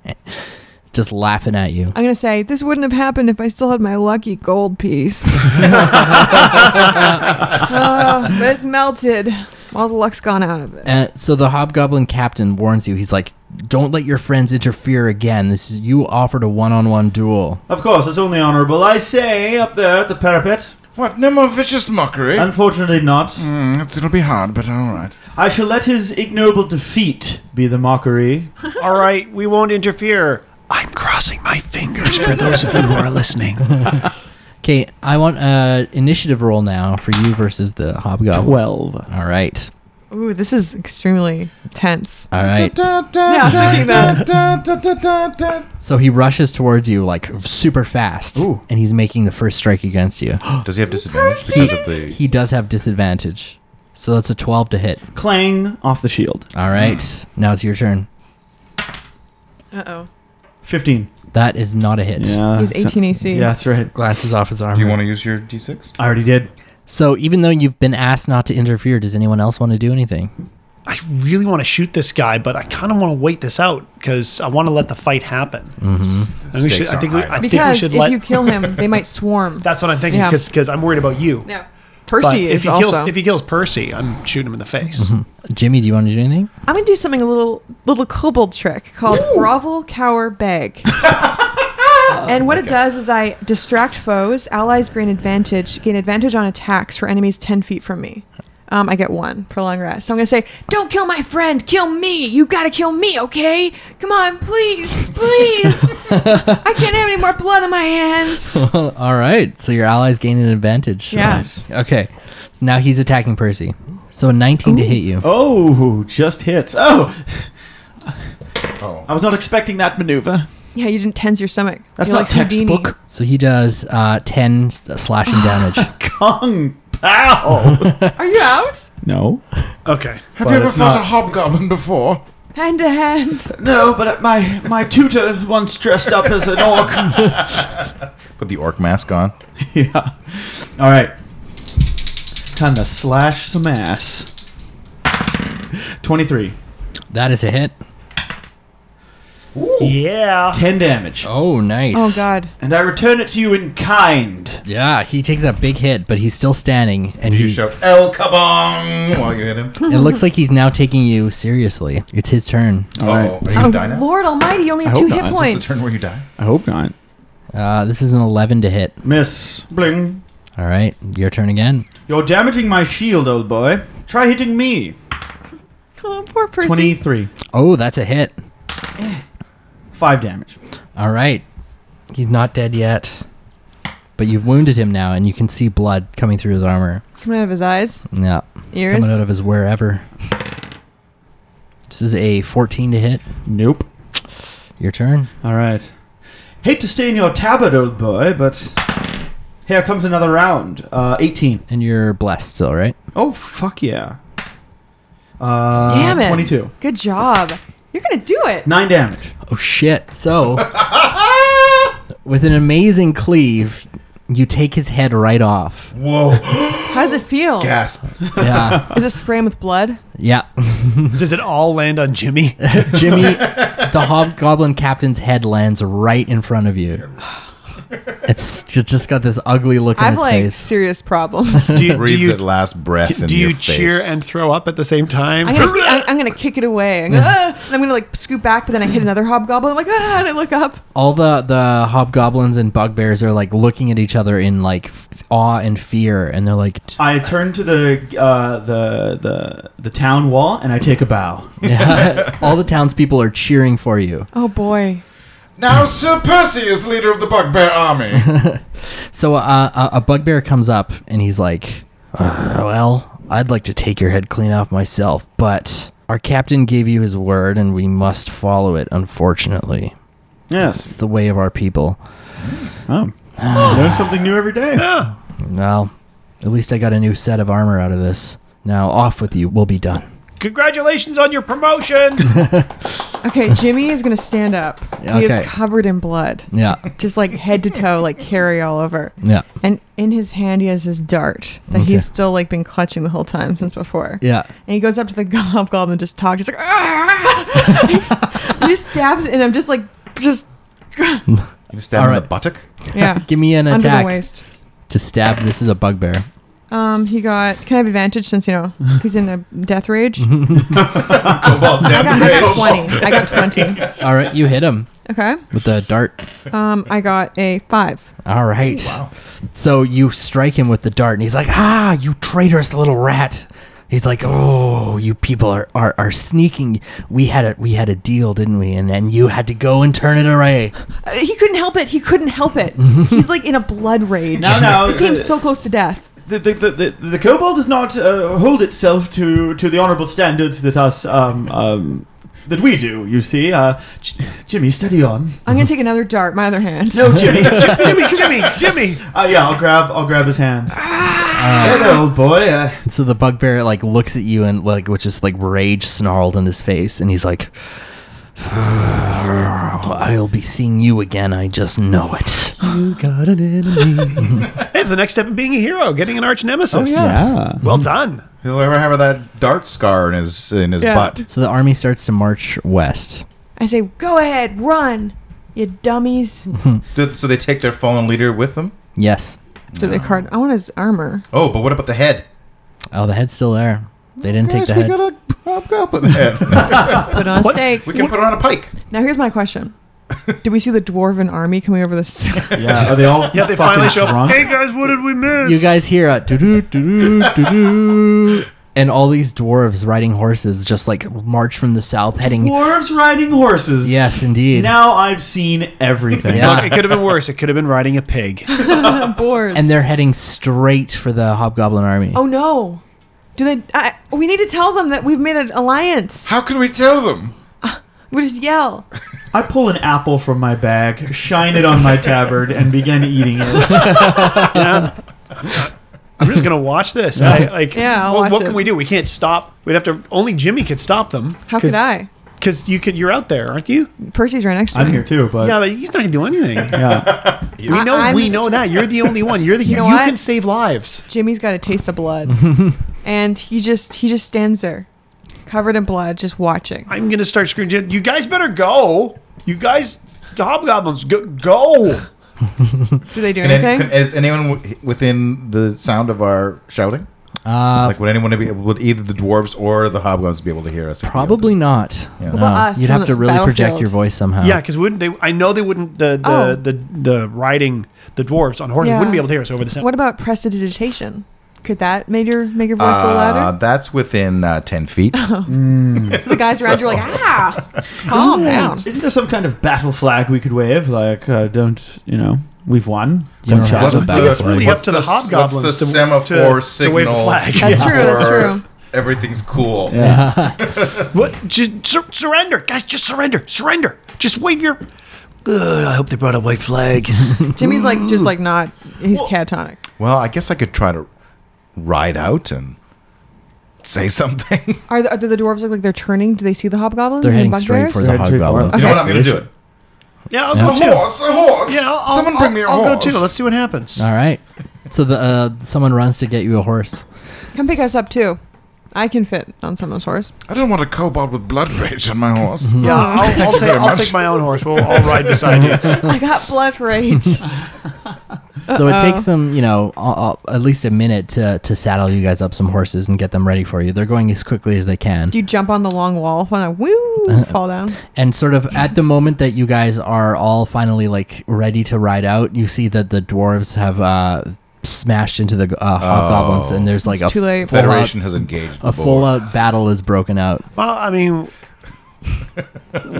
[SPEAKER 4] [LAUGHS] just laughing at you.
[SPEAKER 1] I'm gonna say this wouldn't have happened if I still had my lucky gold
[SPEAKER 5] [LAUGHS]
[SPEAKER 1] piece. [LAUGHS] Uh, but it's melted. All the luck's gone out of it.
[SPEAKER 4] Uh, so the hobgoblin captain warns you. He's like, "Don't let your friends interfere again. This is you offered a one-on-one duel."
[SPEAKER 2] Of course, it's only honorable. I say up there at the parapet.
[SPEAKER 3] What? No more vicious mockery?
[SPEAKER 2] Unfortunately, not.
[SPEAKER 3] Hmm, it's, it'll be hard, but all right.
[SPEAKER 2] I shall let his ignoble defeat be the mockery.
[SPEAKER 5] All right, we won't interfere. I'm crossing my fingers for those of you who are listening.
[SPEAKER 4] Okay, I want a initiative roll now for you versus the hobgoblin.
[SPEAKER 2] Twelve.
[SPEAKER 4] All right,
[SPEAKER 1] Ooh, this is extremely tense.
[SPEAKER 4] all right.
[SPEAKER 1] Yeah, I was thinking that.
[SPEAKER 4] So he rushes towards you like super fast,
[SPEAKER 2] Ooh.
[SPEAKER 4] and he's making the first strike against you. [GASPS]
[SPEAKER 3] Does he have disadvantage because of the.
[SPEAKER 4] He does have disadvantage, so that's a twelve to hit.
[SPEAKER 2] Clang off the shield.
[SPEAKER 4] All right,
[SPEAKER 3] Hmm.
[SPEAKER 4] now it's your turn.
[SPEAKER 1] Uh oh.
[SPEAKER 2] Fifteen.
[SPEAKER 4] That is not a hit.
[SPEAKER 2] Yeah.
[SPEAKER 1] He's
[SPEAKER 2] so-
[SPEAKER 1] 18 AC.
[SPEAKER 2] Yeah, that's right.
[SPEAKER 4] Glances off his armor.
[SPEAKER 3] Do you want to use your d6?
[SPEAKER 2] I already did.
[SPEAKER 4] so even though you've been asked not to interfere, does anyone else want to do anything?
[SPEAKER 5] I really want to shoot this guy, but I kind of want to wait this out because I want to let the fight happen. I, think we should,
[SPEAKER 3] Stakes
[SPEAKER 5] I
[SPEAKER 3] are
[SPEAKER 5] think we,
[SPEAKER 3] high
[SPEAKER 5] I think we
[SPEAKER 1] Because
[SPEAKER 5] should
[SPEAKER 1] if
[SPEAKER 5] let.
[SPEAKER 1] you kill him, they might swarm.
[SPEAKER 5] [LAUGHS] that's what I'm thinking
[SPEAKER 1] Yeah.
[SPEAKER 5] because I'm worried about you.
[SPEAKER 1] no.
[SPEAKER 5] But
[SPEAKER 1] Percy
[SPEAKER 5] if
[SPEAKER 1] is
[SPEAKER 5] he
[SPEAKER 1] also.
[SPEAKER 5] kills if he kills Percy, I'm shooting him in the face.
[SPEAKER 4] Jimmy, do you want to do [LAUGHS] anything?
[SPEAKER 1] I'm gonna do something a little little kobold trick called grovel, cower,
[SPEAKER 2] [LAUGHS]
[SPEAKER 1] beg.
[SPEAKER 2] Oh
[SPEAKER 1] and what it does is I distract foes, allies gain advantage, gain advantage on attacks for enemies ten feet from me. Um, I get one for long rest. So I'm gonna say, "Don't kill my friend. Kill me. You gotta kill me, okay? Come on, please, please. I can't have any more blood on my hands."
[SPEAKER 4] All right, so your allies gain an advantage.
[SPEAKER 1] Yeah.
[SPEAKER 4] Okay, so now he's attacking Percy. So a 19 to hit you.
[SPEAKER 2] Oh, just hits. Oh,
[SPEAKER 3] Oh.
[SPEAKER 2] I was not expecting that maneuver. [LAUGHS]
[SPEAKER 1] Yeah, you didn't tense your stomach.
[SPEAKER 2] That's
[SPEAKER 1] You're
[SPEAKER 2] not
[SPEAKER 1] like Houdini.
[SPEAKER 2] textbook.
[SPEAKER 4] So he does uh, 10 s- slashing
[SPEAKER 1] [LAUGHS]
[SPEAKER 4] damage.
[SPEAKER 2] Kung pow.
[SPEAKER 1] Are you out?
[SPEAKER 2] [LAUGHS] no.
[SPEAKER 5] Okay.
[SPEAKER 3] Have
[SPEAKER 2] But
[SPEAKER 3] you ever
[SPEAKER 2] it's
[SPEAKER 3] fought
[SPEAKER 2] not-
[SPEAKER 3] a hobgoblin before?
[SPEAKER 1] Hand to hand.
[SPEAKER 2] No, but my my tutor once dressed up as an orc.
[SPEAKER 3] Put the orc mask on.
[SPEAKER 2] [LAUGHS] yeah. All right. Time to slash some ass. Twenty-three.
[SPEAKER 4] that is a hit.
[SPEAKER 5] Yeah.
[SPEAKER 2] 10 damage.
[SPEAKER 4] Oh, nice.
[SPEAKER 1] Oh god.
[SPEAKER 2] And I return it to you in kind.
[SPEAKER 4] Yeah, he takes a big hit, but he's still standing, and
[SPEAKER 3] You
[SPEAKER 4] he,
[SPEAKER 3] shout El Kabong while you hit him.
[SPEAKER 4] it
[SPEAKER 1] [LAUGHS]
[SPEAKER 4] looks like he's now taking you seriously. It's his turn.
[SPEAKER 3] Oh,
[SPEAKER 2] All
[SPEAKER 3] are
[SPEAKER 2] right.
[SPEAKER 3] you gonna
[SPEAKER 1] Oh,
[SPEAKER 3] die now?
[SPEAKER 1] Lord Almighty, you only have
[SPEAKER 2] I
[SPEAKER 1] two
[SPEAKER 2] hope
[SPEAKER 1] hit
[SPEAKER 2] not. This
[SPEAKER 3] The
[SPEAKER 1] points.
[SPEAKER 3] turn where you die.
[SPEAKER 2] I hope not.
[SPEAKER 4] Uh, this is an 11 to hit.
[SPEAKER 2] Miss. Bling.
[SPEAKER 4] All right, your turn again.
[SPEAKER 2] You're damaging my shield, old boy. Try hitting me.
[SPEAKER 1] Oh, poor Percy.
[SPEAKER 2] 23.
[SPEAKER 4] Oh, that's a hit.
[SPEAKER 2] 5 damage.
[SPEAKER 4] All right, he's not dead yet, but you've wounded him now, and you can see blood coming through his armor.
[SPEAKER 1] Coming out of his eyes,
[SPEAKER 4] Yeah,
[SPEAKER 1] ears.
[SPEAKER 4] coming out of his wherever. This is a 14 to hit.
[SPEAKER 2] Nope.
[SPEAKER 4] Your turn.
[SPEAKER 2] All right. Hate to stay in your tabard, old boy, but here comes another round. Uh, 18.
[SPEAKER 4] And you're blessed still, right?
[SPEAKER 2] Oh, fuck yeah. Uh,
[SPEAKER 1] Damn it.
[SPEAKER 2] 22.
[SPEAKER 1] Good job. You're gonna do it.
[SPEAKER 2] 9 damage.
[SPEAKER 4] Oh shit. So with an amazing cleave, you take his head right off.
[SPEAKER 3] Whoa!
[SPEAKER 1] How does it feel?
[SPEAKER 3] Gasp!
[SPEAKER 4] Yeah.
[SPEAKER 1] Is it spraying with blood? [LAUGHS]
[SPEAKER 4] yeah.
[SPEAKER 5] Does it all land on Jimmy?
[SPEAKER 4] Jimmy, the hobgoblin captain's head lands right in front of you. It's ju- just got this ugly look on
[SPEAKER 1] I've
[SPEAKER 4] its
[SPEAKER 1] like
[SPEAKER 4] face.
[SPEAKER 1] serious [LAUGHS] problems.
[SPEAKER 5] Do you, do
[SPEAKER 3] Breathes
[SPEAKER 5] you-
[SPEAKER 3] at last breath in
[SPEAKER 5] do
[SPEAKER 3] your
[SPEAKER 5] you
[SPEAKER 3] face.
[SPEAKER 5] cheer and throw up at the same time?
[SPEAKER 1] I'm gonna, I- I'm gonna kick it away. I'm gonna, "Ah," and I'm gonna like scoot back, but then I hit another hobgoblin. I'm like, ah, and I look up.
[SPEAKER 4] All the the hobgoblins and bugbears are like looking at each other in like f- awe and fear, and they're like,
[SPEAKER 2] I turn to the, uh, the, the, the town wall and I take a bow.
[SPEAKER 4] yeah. [LAUGHS] all the townspeople are cheering for you.
[SPEAKER 1] Oh boy.
[SPEAKER 3] Now Sir Percy is leader of the Bugbear [LAUGHS] Army.
[SPEAKER 4] So uh, a, a bugbear comes up and he's like, uh, "Well, I'd like to take your head clean off myself, but our captain gave you his word, and we must follow it. Unfortunately,
[SPEAKER 2] Yes.
[SPEAKER 1] [GASPS]
[SPEAKER 4] it's the way of our people.
[SPEAKER 2] Oh. Learn something new every day.
[SPEAKER 4] Well, at least I got a new set of armor out of this. Now off with you. We'll be done."
[SPEAKER 5] Congratulations on your promotion.
[SPEAKER 1] Okay, Jimmy is gonna stand up. He
[SPEAKER 4] Okay.
[SPEAKER 1] is covered in blood,
[SPEAKER 4] Yeah, [LAUGHS]
[SPEAKER 1] just like head to toe, like carry all over.
[SPEAKER 4] yeah,
[SPEAKER 1] And in his hand, he has his dart that
[SPEAKER 4] Okay.
[SPEAKER 1] he's still like been clutching the whole time since before.
[SPEAKER 4] yeah.
[SPEAKER 1] And he goes up to the [LAUGHS] hobgoblin and just talks. He's like, "Ah!" [LAUGHS] he just stabs, and I'm just like, just
[SPEAKER 3] You stab
[SPEAKER 4] All
[SPEAKER 3] him in the
[SPEAKER 4] right.
[SPEAKER 3] buttock.
[SPEAKER 1] yeah,
[SPEAKER 4] Give me an
[SPEAKER 1] under the
[SPEAKER 4] attack
[SPEAKER 1] waist.
[SPEAKER 4] to stab. This is a bugbear.
[SPEAKER 1] Um, he got. Can I have advantage since you know he's in a death rage?
[SPEAKER 3] Cobalt
[SPEAKER 1] I,
[SPEAKER 3] down
[SPEAKER 1] got,
[SPEAKER 3] the
[SPEAKER 1] I
[SPEAKER 3] hill.
[SPEAKER 1] got twenty. I got twenty.
[SPEAKER 4] All right, you hit him
[SPEAKER 1] Okay.
[SPEAKER 4] with the dart.
[SPEAKER 1] Um, I got a five.
[SPEAKER 4] All right. So you strike him with the dart, and he's like, "Ah, you traitorous little rat!" He's like, "Oh, you people are, are, are sneaking. We had a we had a deal, didn't we? And then you had to go and turn it away." [LAUGHS]
[SPEAKER 1] Uh, he couldn't help it. He couldn't help it. he's like in a blood rage.
[SPEAKER 2] No, no.
[SPEAKER 1] He came so close to death.
[SPEAKER 2] the, the, the, the, the kobold does not uh, hold itself to, to the honorable standards that us um, um, that we do. You see, uh, J- Jimmy, steady on.
[SPEAKER 1] I'm gonna take another dart. My other hand.
[SPEAKER 2] No, [LAUGHS] Jimmy. uh,
[SPEAKER 5] Jimmy, Jimmy, Jimmy. Ah.
[SPEAKER 2] yeah, I'll grab I'll grab his hand. Hey there, old boy. Uh,
[SPEAKER 4] And so the bugbear like looks at you and like with just like rage snarled in his face, and he's like, "Ah, "I'll be seeing you again. I just know it."
[SPEAKER 5] You got an enemy. it's the next step of being a hero, getting an arch nemesis.
[SPEAKER 1] Oh,
[SPEAKER 2] yeah.
[SPEAKER 5] Well done.
[SPEAKER 3] [LAUGHS] He'll ever have that dart scar in his in his
[SPEAKER 1] Yeah.
[SPEAKER 3] butt.
[SPEAKER 4] So the army starts to march west.
[SPEAKER 1] I say, go ahead, run, you dummies.
[SPEAKER 3] Do- So they take their fallen leader with them.
[SPEAKER 4] Yes.
[SPEAKER 1] So they card. I want his armor.
[SPEAKER 3] Oh, but what about the head?
[SPEAKER 4] Oh, the head's still there. They didn't take
[SPEAKER 3] Guys,
[SPEAKER 4] the
[SPEAKER 3] we
[SPEAKER 4] head.
[SPEAKER 3] got a hobgoblin head.
[SPEAKER 1] Put on a stake.
[SPEAKER 3] [LAUGHS] we can put it on a pike.
[SPEAKER 1] Now here's my question. Did we see the dwarven army coming over this?
[SPEAKER 2] [LAUGHS] Yeah. Are they all?
[SPEAKER 5] Yeah,
[SPEAKER 2] fucking
[SPEAKER 5] they finally show up.
[SPEAKER 2] drunk?
[SPEAKER 5] Hey guys, what did we miss?
[SPEAKER 4] you guys hear a doo-doo, doo-doo, doo-doo, and all these dwarves riding horses just like march from the south heading
[SPEAKER 2] Dwarves riding horses.
[SPEAKER 4] Yes, indeed.
[SPEAKER 2] Now I've seen everything.
[SPEAKER 4] Yeah.
[SPEAKER 5] Look, it could have been worse. It could have been riding a pig.
[SPEAKER 1] [LAUGHS] Boars.
[SPEAKER 4] and they're heading straight for the hobgoblin army
[SPEAKER 1] Oh no. Do they? I, we need to tell them that we've made an alliance.
[SPEAKER 3] How can we tell them?
[SPEAKER 1] We just yell.
[SPEAKER 2] I pull an apple from my bag, shine it on my tabard, and begin eating it.
[SPEAKER 5] I'm just gonna watch this. I, like,
[SPEAKER 1] Yeah, I'll
[SPEAKER 5] what-
[SPEAKER 1] watch
[SPEAKER 5] what
[SPEAKER 1] it.
[SPEAKER 5] can we do? We can't stop. We'd have to. Only Jimmy could stop them.
[SPEAKER 1] How could I?
[SPEAKER 5] Because you could. You're out there, aren't you?
[SPEAKER 1] Percy's right next to
[SPEAKER 2] I'm
[SPEAKER 1] me.
[SPEAKER 2] here too, but
[SPEAKER 5] Yeah, but he's not gonna do
[SPEAKER 1] [LAUGHS]
[SPEAKER 5] anything.
[SPEAKER 2] yeah.
[SPEAKER 5] We know.
[SPEAKER 1] I- I'm
[SPEAKER 5] we
[SPEAKER 1] just-
[SPEAKER 5] know that. You're the only
[SPEAKER 1] [LAUGHS]
[SPEAKER 5] one. You're the. You,
[SPEAKER 1] know what?
[SPEAKER 5] can save lives.
[SPEAKER 1] Jimmy's got a taste of blood, and he just he just stands there, covered in blood, just watching.
[SPEAKER 5] I'm gonna start screaming. You guys better go. You guys, hobgoblins, go. go.
[SPEAKER 1] Do they do
[SPEAKER 3] Can, any-
[SPEAKER 1] anything?
[SPEAKER 3] can, is anyone w- within the sound of our shouting?
[SPEAKER 4] Uh,
[SPEAKER 3] Like, would anyone be able, would either the dwarves or the hobgoblins be able to hear us? if we
[SPEAKER 4] probably not.
[SPEAKER 3] Yeah.
[SPEAKER 4] No,
[SPEAKER 3] Well,
[SPEAKER 1] us
[SPEAKER 4] you'd
[SPEAKER 1] from
[SPEAKER 4] have
[SPEAKER 1] the
[SPEAKER 4] to really project your
[SPEAKER 1] battlefield.
[SPEAKER 4] voice somehow.
[SPEAKER 5] Yeah, because wouldn't they? I know they wouldn't. The the
[SPEAKER 1] Oh.
[SPEAKER 5] the, the riding the dwarves on horses
[SPEAKER 1] Yeah.
[SPEAKER 5] wouldn't be able to hear us over the sound.
[SPEAKER 1] what about prestidigitation? Could that make your make your
[SPEAKER 3] did?
[SPEAKER 1] voice a little
[SPEAKER 3] Uh,
[SPEAKER 1] louder?
[SPEAKER 3] that's within uh, 10 feet.
[SPEAKER 1] So the guys around you are like, ah, calm down.
[SPEAKER 2] Isn't there some kind of battle flag we could wave? Like, uh, don't you know? We've won. Don't
[SPEAKER 4] know,
[SPEAKER 2] shout. [LAUGHS]
[SPEAKER 4] what's
[SPEAKER 2] Don't
[SPEAKER 4] the-
[SPEAKER 2] shout.
[SPEAKER 4] that's
[SPEAKER 5] really
[SPEAKER 3] what's
[SPEAKER 5] up to the
[SPEAKER 3] s-
[SPEAKER 5] hobgoblins
[SPEAKER 3] What's the
[SPEAKER 5] to-
[SPEAKER 3] semaphore
[SPEAKER 5] to- to
[SPEAKER 3] signal?
[SPEAKER 5] wave the flag.
[SPEAKER 1] That's true, that's
[SPEAKER 3] for
[SPEAKER 1] true.
[SPEAKER 3] Everything's cool.
[SPEAKER 2] Yeah.
[SPEAKER 5] What? Just sur- surrender, guys! Just surrender, surrender. Just wave your. Good. I hope they brought a white flag.
[SPEAKER 1] Jimmy's like just like not. He's catatonic.
[SPEAKER 3] Well, I guess I could try to ride out and say something. you
[SPEAKER 1] Are the, do the dwarves look like they're turning? Do they see the hobgoblins?
[SPEAKER 4] They're
[SPEAKER 1] and
[SPEAKER 4] heading straight
[SPEAKER 1] bugbears?
[SPEAKER 4] for the
[SPEAKER 2] They're heading
[SPEAKER 4] hobgoblins.
[SPEAKER 2] straight
[SPEAKER 3] know what? I'm going to do it.
[SPEAKER 5] yeah, I'll
[SPEAKER 4] Yeah.
[SPEAKER 5] go
[SPEAKER 3] A
[SPEAKER 5] too.
[SPEAKER 3] horse, a horse.
[SPEAKER 5] Yeah, I'll, I'll-
[SPEAKER 3] Someone
[SPEAKER 5] I'll-
[SPEAKER 3] bring me a
[SPEAKER 5] I'll
[SPEAKER 3] horse.
[SPEAKER 5] go too. Let's see what happens.
[SPEAKER 4] All right. So the uh, someone runs to get you a horse.
[SPEAKER 1] Come pick us up too. I can fit on someone's
[SPEAKER 4] [LAUGHS]
[SPEAKER 1] horse.
[SPEAKER 3] I don't want a kobold with blood [LAUGHS] rage on my horse.
[SPEAKER 5] Yeah, I'll, I'll, take,
[SPEAKER 3] very
[SPEAKER 5] I'll
[SPEAKER 3] much.
[SPEAKER 5] take my own horse. We'll all ride
[SPEAKER 3] [LAUGHS]
[SPEAKER 5] beside you.
[SPEAKER 1] I got blood
[SPEAKER 4] [LAUGHS]
[SPEAKER 1] rage.
[SPEAKER 4] So it takes them, you know, a- a- at least a minute to, to saddle you guys up some horses and get them ready for you. They're going as quickly as they can.
[SPEAKER 1] Do you jump on the long wall when I
[SPEAKER 4] Uh-huh.
[SPEAKER 1] woo fall down?
[SPEAKER 4] And sort of at the moment that you guys are all finally like ready to ride out, you see that the dwarves have uh, smashed into the uh, hobgoblins, and there's like
[SPEAKER 1] It's
[SPEAKER 4] a
[SPEAKER 1] too late.
[SPEAKER 4] full out,
[SPEAKER 3] Federation has engaged.
[SPEAKER 4] a
[SPEAKER 3] the
[SPEAKER 4] full
[SPEAKER 3] board.
[SPEAKER 4] out battle is broken out.
[SPEAKER 5] Well, I mean,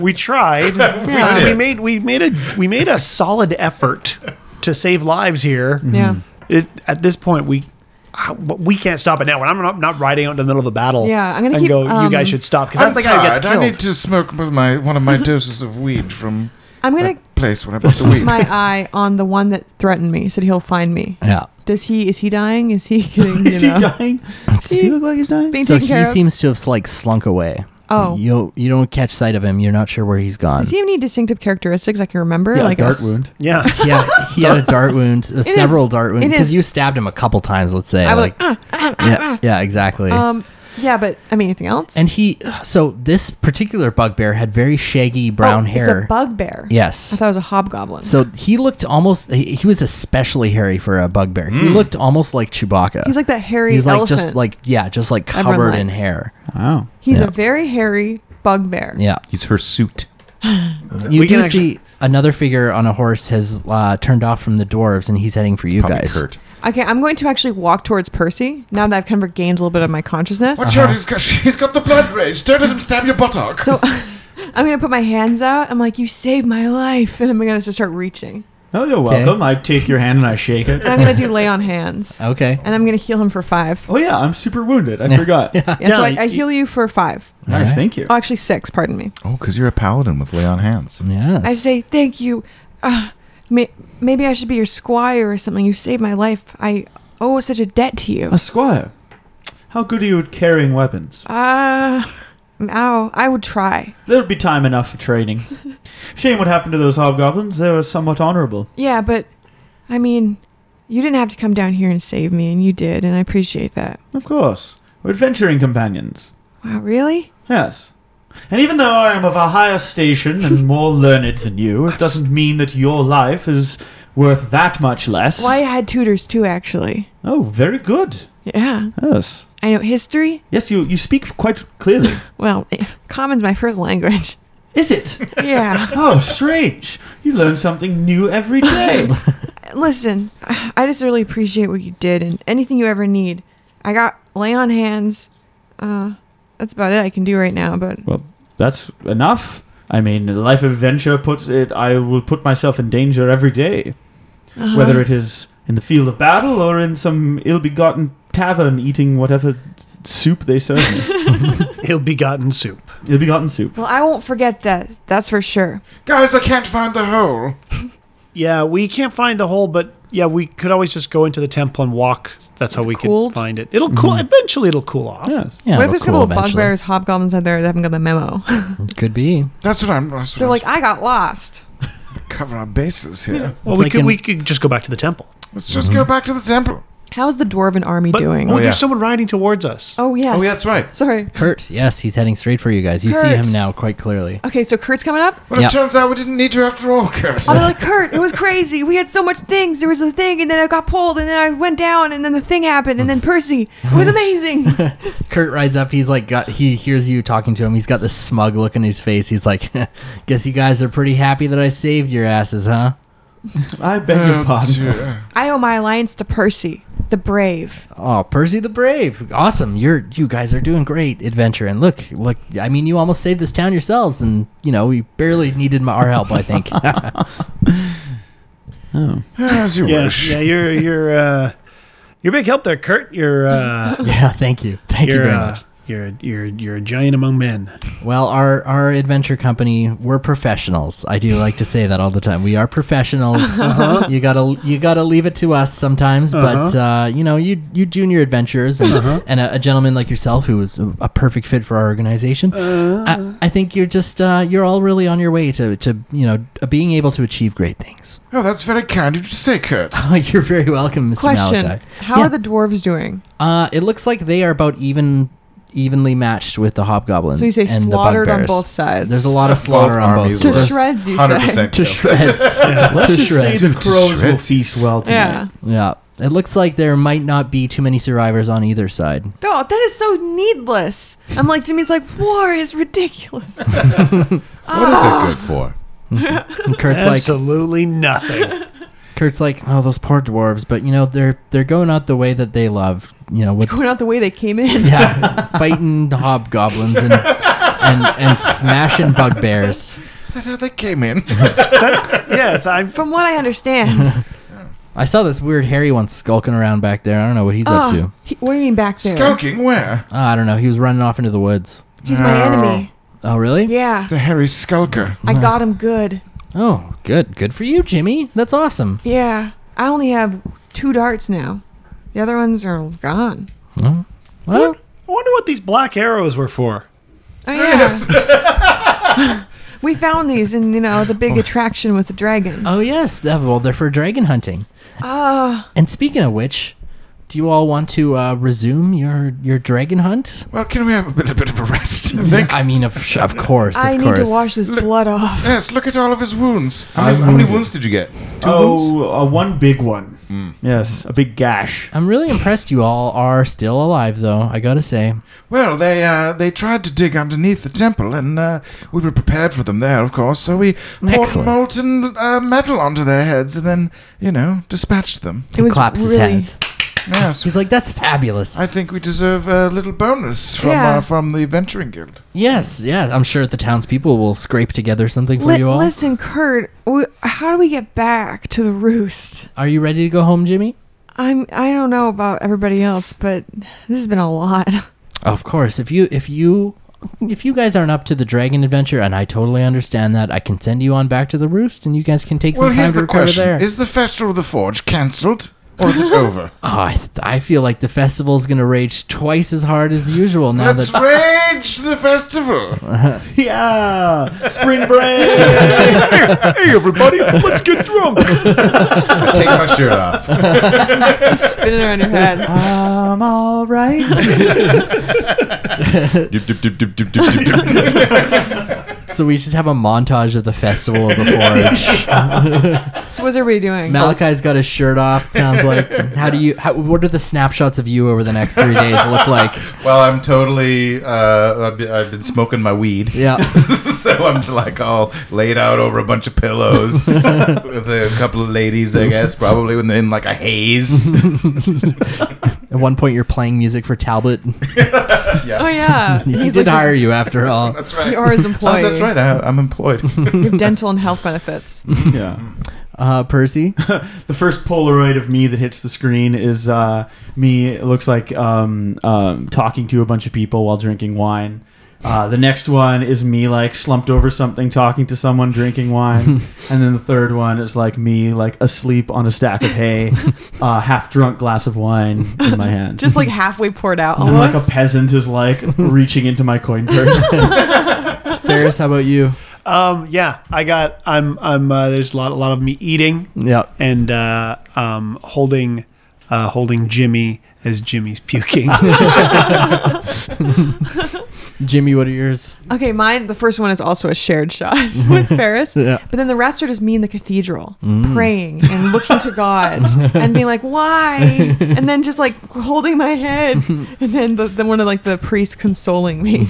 [SPEAKER 5] we tried.
[SPEAKER 3] [LAUGHS]
[SPEAKER 1] Yeah.
[SPEAKER 5] we,
[SPEAKER 3] did.
[SPEAKER 5] made we made a we made a solid effort to save lives here.
[SPEAKER 1] Yeah.
[SPEAKER 4] Mm-hmm.
[SPEAKER 5] It, at this point, we ah, but we can't stop it now. When I'm not, not riding out in the middle of a battle,
[SPEAKER 1] Yeah, I'm gonna
[SPEAKER 5] and
[SPEAKER 1] keep,
[SPEAKER 5] go. you
[SPEAKER 1] um,
[SPEAKER 5] guys should stop because that's the guy who gets killed.
[SPEAKER 3] to smoke with my one of my doses of weed from
[SPEAKER 1] I'm gonna
[SPEAKER 4] Uh-huh.
[SPEAKER 3] place where I bought the
[SPEAKER 1] keep
[SPEAKER 3] weed.
[SPEAKER 1] my
[SPEAKER 4] [LAUGHS]
[SPEAKER 1] eye on the one that threatened me. Said he'll find me.
[SPEAKER 4] Yeah.
[SPEAKER 1] Does he? Is he dying? Is he [LAUGHS] getting? You
[SPEAKER 2] [LAUGHS] Is he
[SPEAKER 1] know,
[SPEAKER 2] dying? Does he look like he's dying?
[SPEAKER 1] being
[SPEAKER 4] So
[SPEAKER 1] taken
[SPEAKER 4] he
[SPEAKER 1] care of?
[SPEAKER 4] seems to have like slunk away.
[SPEAKER 1] Oh.
[SPEAKER 4] You you don't catch sight of him. You're not sure where he's gone.
[SPEAKER 1] Does he have any distinctive characteristics I can remember?
[SPEAKER 2] Yeah,
[SPEAKER 1] like a
[SPEAKER 2] dart
[SPEAKER 1] s-
[SPEAKER 2] wound.
[SPEAKER 5] yeah, [LAUGHS]
[SPEAKER 4] he had, he
[SPEAKER 1] [LAUGHS]
[SPEAKER 4] had a dart wound, uh,
[SPEAKER 1] is-
[SPEAKER 4] several dart wounds,
[SPEAKER 1] it
[SPEAKER 4] because
[SPEAKER 1] is-
[SPEAKER 4] you stabbed him a couple times. Let's say,
[SPEAKER 1] I was like, [CLEARS THROAT]
[SPEAKER 4] yeah, yeah, exactly.
[SPEAKER 1] um, yeah, but I mean, anything else?
[SPEAKER 4] and he, so this particular bugbear had very shaggy
[SPEAKER 1] Oh,
[SPEAKER 4] brown hair.
[SPEAKER 1] It's a bugbear. I
[SPEAKER 4] Yes.
[SPEAKER 1] thought it was a hobgoblin.
[SPEAKER 4] So he looked almost. He, he was especially hairy for a bugbear. He looked almost like Chewbacca.
[SPEAKER 1] he's like that hairy
[SPEAKER 4] He's like
[SPEAKER 1] elephant.
[SPEAKER 4] just like yeah, just like
[SPEAKER 1] Everyone
[SPEAKER 4] covered in
[SPEAKER 1] likes.
[SPEAKER 4] hair.
[SPEAKER 2] Wow.
[SPEAKER 1] he's
[SPEAKER 4] yeah.
[SPEAKER 1] a very hairy bugbear.
[SPEAKER 4] Yeah.
[SPEAKER 3] He's her suit.
[SPEAKER 4] You
[SPEAKER 5] We
[SPEAKER 4] do
[SPEAKER 5] can actually-
[SPEAKER 4] see another figure on a horse has uh, turned off from the dwarves, and he's heading for you
[SPEAKER 3] Probably
[SPEAKER 4] guys.
[SPEAKER 3] Kurt.
[SPEAKER 1] Okay, I'm going to actually walk towards Percy now that I've kind of regained a little bit of my consciousness.
[SPEAKER 3] out! He's got, [LAUGHS] he's got the blood rage. Don't let him stab your buttock.
[SPEAKER 1] So [LAUGHS] I'm going to put my hands out. I'm like, you saved my life. And I'm going to just start reaching.
[SPEAKER 2] Oh, you're welcome. I take your hand and I shake it.
[SPEAKER 1] And I'm going to do lay on
[SPEAKER 4] [LAUGHS]
[SPEAKER 1] hands.
[SPEAKER 4] Okay.
[SPEAKER 1] And I'm going to heal him for
[SPEAKER 2] [LAUGHS]
[SPEAKER 1] five.
[SPEAKER 2] Oh yeah, I'm super wounded. I forgot.
[SPEAKER 1] Yeah, so I,
[SPEAKER 5] Yeah,
[SPEAKER 1] I
[SPEAKER 5] you-
[SPEAKER 1] heal you for five.
[SPEAKER 2] Nice,
[SPEAKER 4] Alright.
[SPEAKER 2] thank you.
[SPEAKER 1] Oh, actually, six, pardon me.
[SPEAKER 3] oh, because you're a paladin with lay on hands.
[SPEAKER 4] Yes.
[SPEAKER 1] I say, thank you. Uh, may, maybe I should be your squire or something. You saved my life. I owe such a debt to you.
[SPEAKER 2] A squire. How good are you at carrying weapons?
[SPEAKER 1] Uh, ow, I would try.
[SPEAKER 2] There'll be time enough for [LAUGHS] training. Shame what happened to those hobgoblins. They were somewhat honorable.
[SPEAKER 1] Yeah, but I mean, you didn't have to come down here and save me, and you did, and I appreciate that.
[SPEAKER 2] Of course. We're adventuring companions.
[SPEAKER 1] Wow, really?
[SPEAKER 2] Yes. And even though I am of a higher station and more learned than you, it doesn't mean that your life is worth that much less.
[SPEAKER 1] Well, I had tutors too, actually.
[SPEAKER 2] Oh, very good.
[SPEAKER 1] Yeah,
[SPEAKER 2] Yes.
[SPEAKER 1] I know history.
[SPEAKER 2] Yes, you, you speak quite clearly.
[SPEAKER 1] Well, [LAUGHS] eh, common's my first language. [LAUGHS]
[SPEAKER 2] is it?
[SPEAKER 1] Yeah.
[SPEAKER 2] Oh, strange. You learn something new every day.
[SPEAKER 1] Listen, I just really appreciate what you did, and anything you ever need, I got lay on hands. Uh, that's about it I can do right now. But
[SPEAKER 2] Well, that's enough. I mean, life adventure puts it. I will put myself in danger every day, whether it is in the field of battle or in some ill-begotten tavern eating whatever soup they serve me.
[SPEAKER 5] he'll be gotten soup.
[SPEAKER 2] ill-begotten soup.
[SPEAKER 1] well, I won't forget that. That's for sure.
[SPEAKER 3] Guys, I can't find the hole.
[SPEAKER 5] Yeah, we can't find the hole, but yeah, we could always just go into the temple and walk. That's how we
[SPEAKER 1] cooled?
[SPEAKER 5] could find it. It'll cool. Eventually, it'll cool off.
[SPEAKER 2] Yes.
[SPEAKER 4] yeah,
[SPEAKER 1] what if
[SPEAKER 4] it'll
[SPEAKER 1] there's
[SPEAKER 4] cool
[SPEAKER 1] a couple of
[SPEAKER 4] eventually.
[SPEAKER 1] bugbears, hobgoblins out there that haven't got the memo? [LAUGHS]
[SPEAKER 4] Could be.
[SPEAKER 3] That's what I'm. That's what
[SPEAKER 1] They're like, I got lost.
[SPEAKER 3] cover our bases here.
[SPEAKER 5] Well,
[SPEAKER 4] It's
[SPEAKER 5] we
[SPEAKER 4] like
[SPEAKER 5] could
[SPEAKER 4] in-
[SPEAKER 5] we could just go back to the temple.
[SPEAKER 3] Let's just go back to the temple.
[SPEAKER 1] How's the dwarven army
[SPEAKER 5] But,
[SPEAKER 1] doing?
[SPEAKER 5] Oh,
[SPEAKER 3] yeah.
[SPEAKER 5] there's someone riding towards us.
[SPEAKER 1] Oh yes.
[SPEAKER 3] Oh, yeah, that's right.
[SPEAKER 1] Sorry.
[SPEAKER 4] Kurt, yes, he's heading straight for you guys. You see
[SPEAKER 1] Kurt.
[SPEAKER 4] him now quite clearly.
[SPEAKER 1] Okay, so Kurt's coming up.
[SPEAKER 3] But
[SPEAKER 4] Yeah.
[SPEAKER 3] it turns out we didn't need you after all, Kurt.
[SPEAKER 1] Oh, they're
[SPEAKER 4] [LAUGHS]
[SPEAKER 1] like Kurt, it was crazy. We had so much things. There was a thing, and then I got pulled, and then I went down, and then the thing happened, and then Percy. It
[SPEAKER 4] [LAUGHS]
[SPEAKER 1] was amazing.
[SPEAKER 4] Kurt rides up. He's like, got, he hears you talking to him. He's got this smug look in his face. He's like, [LAUGHS] guess you guys are pretty happy that I saved your asses, huh?
[SPEAKER 2] I beg
[SPEAKER 3] Oh,
[SPEAKER 2] your pardon. [LAUGHS]
[SPEAKER 1] I owe my alliance to Percy, the brave.
[SPEAKER 4] Oh, Percy the Brave. Awesome. You're you guys are doing great adventure. And look, look, I mean you almost saved this town yourselves and you know, we barely needed my, our help, I
[SPEAKER 5] [LAUGHS]
[SPEAKER 4] think. [LAUGHS]
[SPEAKER 3] As you
[SPEAKER 5] Yeah,
[SPEAKER 3] wish.
[SPEAKER 5] yeah, you're you're uh, you're a big help there, Kurt. You're uh,
[SPEAKER 4] yeah, thank you. Thank you
[SPEAKER 5] you're
[SPEAKER 4] very
[SPEAKER 5] uh,
[SPEAKER 4] much.
[SPEAKER 5] you're you're you're a giant among men.
[SPEAKER 4] Well, our our adventure company, we're professionals. I do like to say that all the time. We
[SPEAKER 3] [LAUGHS]
[SPEAKER 4] are professionals.
[SPEAKER 3] Uh-huh.
[SPEAKER 4] You got to you got to leave it to us sometimes, but uh, you know, you you junior adventurers and,
[SPEAKER 3] Uh-huh.
[SPEAKER 4] and a, a gentleman like yourself who is a, a perfect fit for our organization.
[SPEAKER 3] Uh-huh.
[SPEAKER 4] I, I think you're just uh, you're all really on your way to to, you know, being able to achieve great things. [LAUGHS]
[SPEAKER 3] Oh, that's very kind of you to say, Kurt.
[SPEAKER 4] Oh, you're very welcome, Mr.
[SPEAKER 1] Question:
[SPEAKER 4] Malachi.
[SPEAKER 1] How
[SPEAKER 4] Yeah.
[SPEAKER 1] are the dwarves doing?
[SPEAKER 4] Uh, it looks like they are about even, evenly matched with the hobgoblins.
[SPEAKER 1] So you say
[SPEAKER 4] and the
[SPEAKER 1] slaughtered on
[SPEAKER 4] bugbears.
[SPEAKER 1] both sides.
[SPEAKER 4] There's a lot of
[SPEAKER 3] Both
[SPEAKER 4] slaughter on both
[SPEAKER 3] armies
[SPEAKER 1] to
[SPEAKER 3] were
[SPEAKER 4] sides.
[SPEAKER 1] shreds. You say.
[SPEAKER 3] 100%
[SPEAKER 4] To
[SPEAKER 2] [LAUGHS]
[SPEAKER 3] killed.
[SPEAKER 4] shreds.
[SPEAKER 2] Let's
[SPEAKER 4] to
[SPEAKER 2] just say
[SPEAKER 4] shreds.
[SPEAKER 2] the crows will
[SPEAKER 3] Shreds.
[SPEAKER 2] feast well tonight.
[SPEAKER 1] Yeah.
[SPEAKER 4] Yeah. It looks like there might not be too many survivors on either side.
[SPEAKER 1] Oh, that is so needless. I'm like Jimmy's like war is
[SPEAKER 4] [LAUGHS]
[SPEAKER 1] ridiculous.
[SPEAKER 3] What is it good for?
[SPEAKER 4] And Kurt's like,
[SPEAKER 5] Absolutely nothing.
[SPEAKER 4] Kurt's like, oh, those poor dwarves. But you know, they're they're going out the way that they love. You know, with [LAUGHS]
[SPEAKER 1] Going out the way they came in.
[SPEAKER 4] yeah, fighting hobgoblins and and and smashing bugbears.
[SPEAKER 3] Is that how they came in?
[SPEAKER 5] yes, I'm.
[SPEAKER 1] From what I understand.
[SPEAKER 4] I saw this weird hairy one skulking around back there. I don't know what he's up
[SPEAKER 1] Ah,
[SPEAKER 4] to.
[SPEAKER 1] he- what do you mean back there?
[SPEAKER 3] Skulking where?
[SPEAKER 4] Oh, I don't know. He was running off into the woods.
[SPEAKER 1] He's my
[SPEAKER 3] No.
[SPEAKER 1] enemy.
[SPEAKER 4] Oh, really?
[SPEAKER 1] Yeah.
[SPEAKER 3] The hairy skulker.
[SPEAKER 1] I got him good.
[SPEAKER 4] Oh, good. Good for you, Jimmy. That's awesome.
[SPEAKER 1] Yeah. I only have two darts now. The other ones are gone.
[SPEAKER 4] Well,
[SPEAKER 5] I wonder what these black arrows were for.
[SPEAKER 1] Oh yeah. [LAUGHS] we found these in, you know, the big attraction with the dragon.
[SPEAKER 4] oh yes. that- Well, they're for dragon hunting.
[SPEAKER 1] Ah,
[SPEAKER 4] And speaking of which, do you all want to uh, resume your your dragon hunt?
[SPEAKER 3] Well, can we have a bit, a bit of a rest? I think.
[SPEAKER 4] I mean, of sh- of course, of
[SPEAKER 1] I need
[SPEAKER 4] course.
[SPEAKER 1] to wash this blood off.
[SPEAKER 3] Yes, look at all of his wounds. How
[SPEAKER 2] I'm
[SPEAKER 3] many, how many
[SPEAKER 2] wounded.
[SPEAKER 3] wounds did you get? Two wounds?
[SPEAKER 2] Oh, uh, one big one. Yes, a big gash.
[SPEAKER 4] I'm really impressed. You all are still alive, though. I gotta say.
[SPEAKER 3] Well, they uh, they tried to dig underneath the temple, and uh, we were prepared for them there, of course. So we poured
[SPEAKER 4] Excellent.
[SPEAKER 3] molten uh, metal onto their heads, and then you know dispatched them.
[SPEAKER 1] It was
[SPEAKER 4] claps his
[SPEAKER 1] really-
[SPEAKER 4] hands.
[SPEAKER 3] Yes,
[SPEAKER 4] He's like, "That's fabulous."
[SPEAKER 3] I think we deserve a little bonus from
[SPEAKER 1] Yeah.
[SPEAKER 3] uh, from the venturing guild.
[SPEAKER 4] yes, yeah. I'm sure the townspeople will scrape together something for
[SPEAKER 1] Li-
[SPEAKER 4] you all.
[SPEAKER 1] listen, Kurt, we, how do we get back to the roost?
[SPEAKER 4] Are you ready to go home, Jimmy?
[SPEAKER 1] I'm I don't know about everybody else, but this has been a lot. [LAUGHS]
[SPEAKER 4] Of course. If you if you if you guys aren't up to the dragon adventure, and I totally understand that, I can send you on back to the roost, and you guys can take some
[SPEAKER 3] Well,
[SPEAKER 4] time
[SPEAKER 3] here's
[SPEAKER 4] to
[SPEAKER 3] the
[SPEAKER 4] recover
[SPEAKER 3] question:
[SPEAKER 4] there.
[SPEAKER 3] Is the festival of the forge cancelled, or
[SPEAKER 4] [LAUGHS]
[SPEAKER 3] is it over?
[SPEAKER 4] Oh, I, th- I feel like the festival's gonna rage twice as hard as usual now
[SPEAKER 3] Let's
[SPEAKER 4] that
[SPEAKER 3] rage the festival.
[SPEAKER 2] Yeah,
[SPEAKER 5] [LAUGHS]
[SPEAKER 2] spring break. [LAUGHS]
[SPEAKER 5] Hey, everybody, let's get drunk.
[SPEAKER 3] Take my shirt
[SPEAKER 4] [LAUGHS]
[SPEAKER 3] off.
[SPEAKER 1] Spinning around your head.
[SPEAKER 2] I'm [LAUGHS] all right.
[SPEAKER 3] Dip, dip, dip, dip, dip, dip, dip, dip.
[SPEAKER 4] so we just have a montage of the festival
[SPEAKER 1] [LAUGHS]
[SPEAKER 4] of the forge.
[SPEAKER 1] So what's everybody doing?
[SPEAKER 4] Malachi's got his shirt off. it Sounds like how do you? How, what do the snapshots of you over the next three days look like?
[SPEAKER 3] Well, I'm totally. Uh, I've, been, I've been smoking my weed.
[SPEAKER 4] Yeah.
[SPEAKER 3] [LAUGHS] so I'm like all laid out over a bunch of pillows
[SPEAKER 4] [LAUGHS]
[SPEAKER 3] with a couple of ladies, I guess, probably when they're in like a
[SPEAKER 4] [LAUGHS]
[SPEAKER 3] haze.
[SPEAKER 4] At one point, you're playing music for Talbot.
[SPEAKER 1] oh yeah,
[SPEAKER 4] [LAUGHS] He
[SPEAKER 1] he's
[SPEAKER 4] did
[SPEAKER 1] like
[SPEAKER 4] hire Oh, you after all.
[SPEAKER 3] That's
[SPEAKER 1] just,
[SPEAKER 3] right.
[SPEAKER 1] you are his employee.
[SPEAKER 3] [LAUGHS] Oh, that's right. I, I'm employed.
[SPEAKER 1] You have dental and health
[SPEAKER 4] [LAUGHS]
[SPEAKER 1] benefits.
[SPEAKER 2] yeah.
[SPEAKER 1] [LAUGHS]
[SPEAKER 4] Uh, Percy.
[SPEAKER 2] The first Polaroid of me that hits the screen is uh, me. It looks like um, um, talking to a bunch of people while drinking wine. Uh, the next one is me like slumped over something, talking to someone, drinking
[SPEAKER 1] [LAUGHS]
[SPEAKER 2] wine, and then the third one is like me like asleep on a stack
[SPEAKER 1] [LAUGHS]
[SPEAKER 2] of hay, uh, half drunk glass of wine in my hand.
[SPEAKER 1] Just like halfway poured out
[SPEAKER 2] and like a
[SPEAKER 1] almost.
[SPEAKER 2] peasant is like reaching into my coin purse.
[SPEAKER 1] [LAUGHS]
[SPEAKER 4] Ferris, how about you?
[SPEAKER 5] Um, yeah, I got. I'm. I'm. Uh, there's a lot. A lot of me eating
[SPEAKER 4] Yeah.
[SPEAKER 5] and uh, um, holding uh, holding Jimmy as
[SPEAKER 1] [LAUGHS]
[SPEAKER 5] Jimmy's puking.
[SPEAKER 4] Jimmy, what are yours?
[SPEAKER 1] Okay, mine, the first one is also a shared shot [LAUGHS]
[SPEAKER 5] [LAUGHS]
[SPEAKER 1] with Ferris.
[SPEAKER 4] Yeah.
[SPEAKER 1] But then the rest are just me in the cathedral
[SPEAKER 5] Mm.
[SPEAKER 1] praying and looking to God
[SPEAKER 5] [LAUGHS]
[SPEAKER 1] and being like, why? And then just like holding my
[SPEAKER 5] [LAUGHS]
[SPEAKER 1] head. And then the, then one of like the priests consoling me.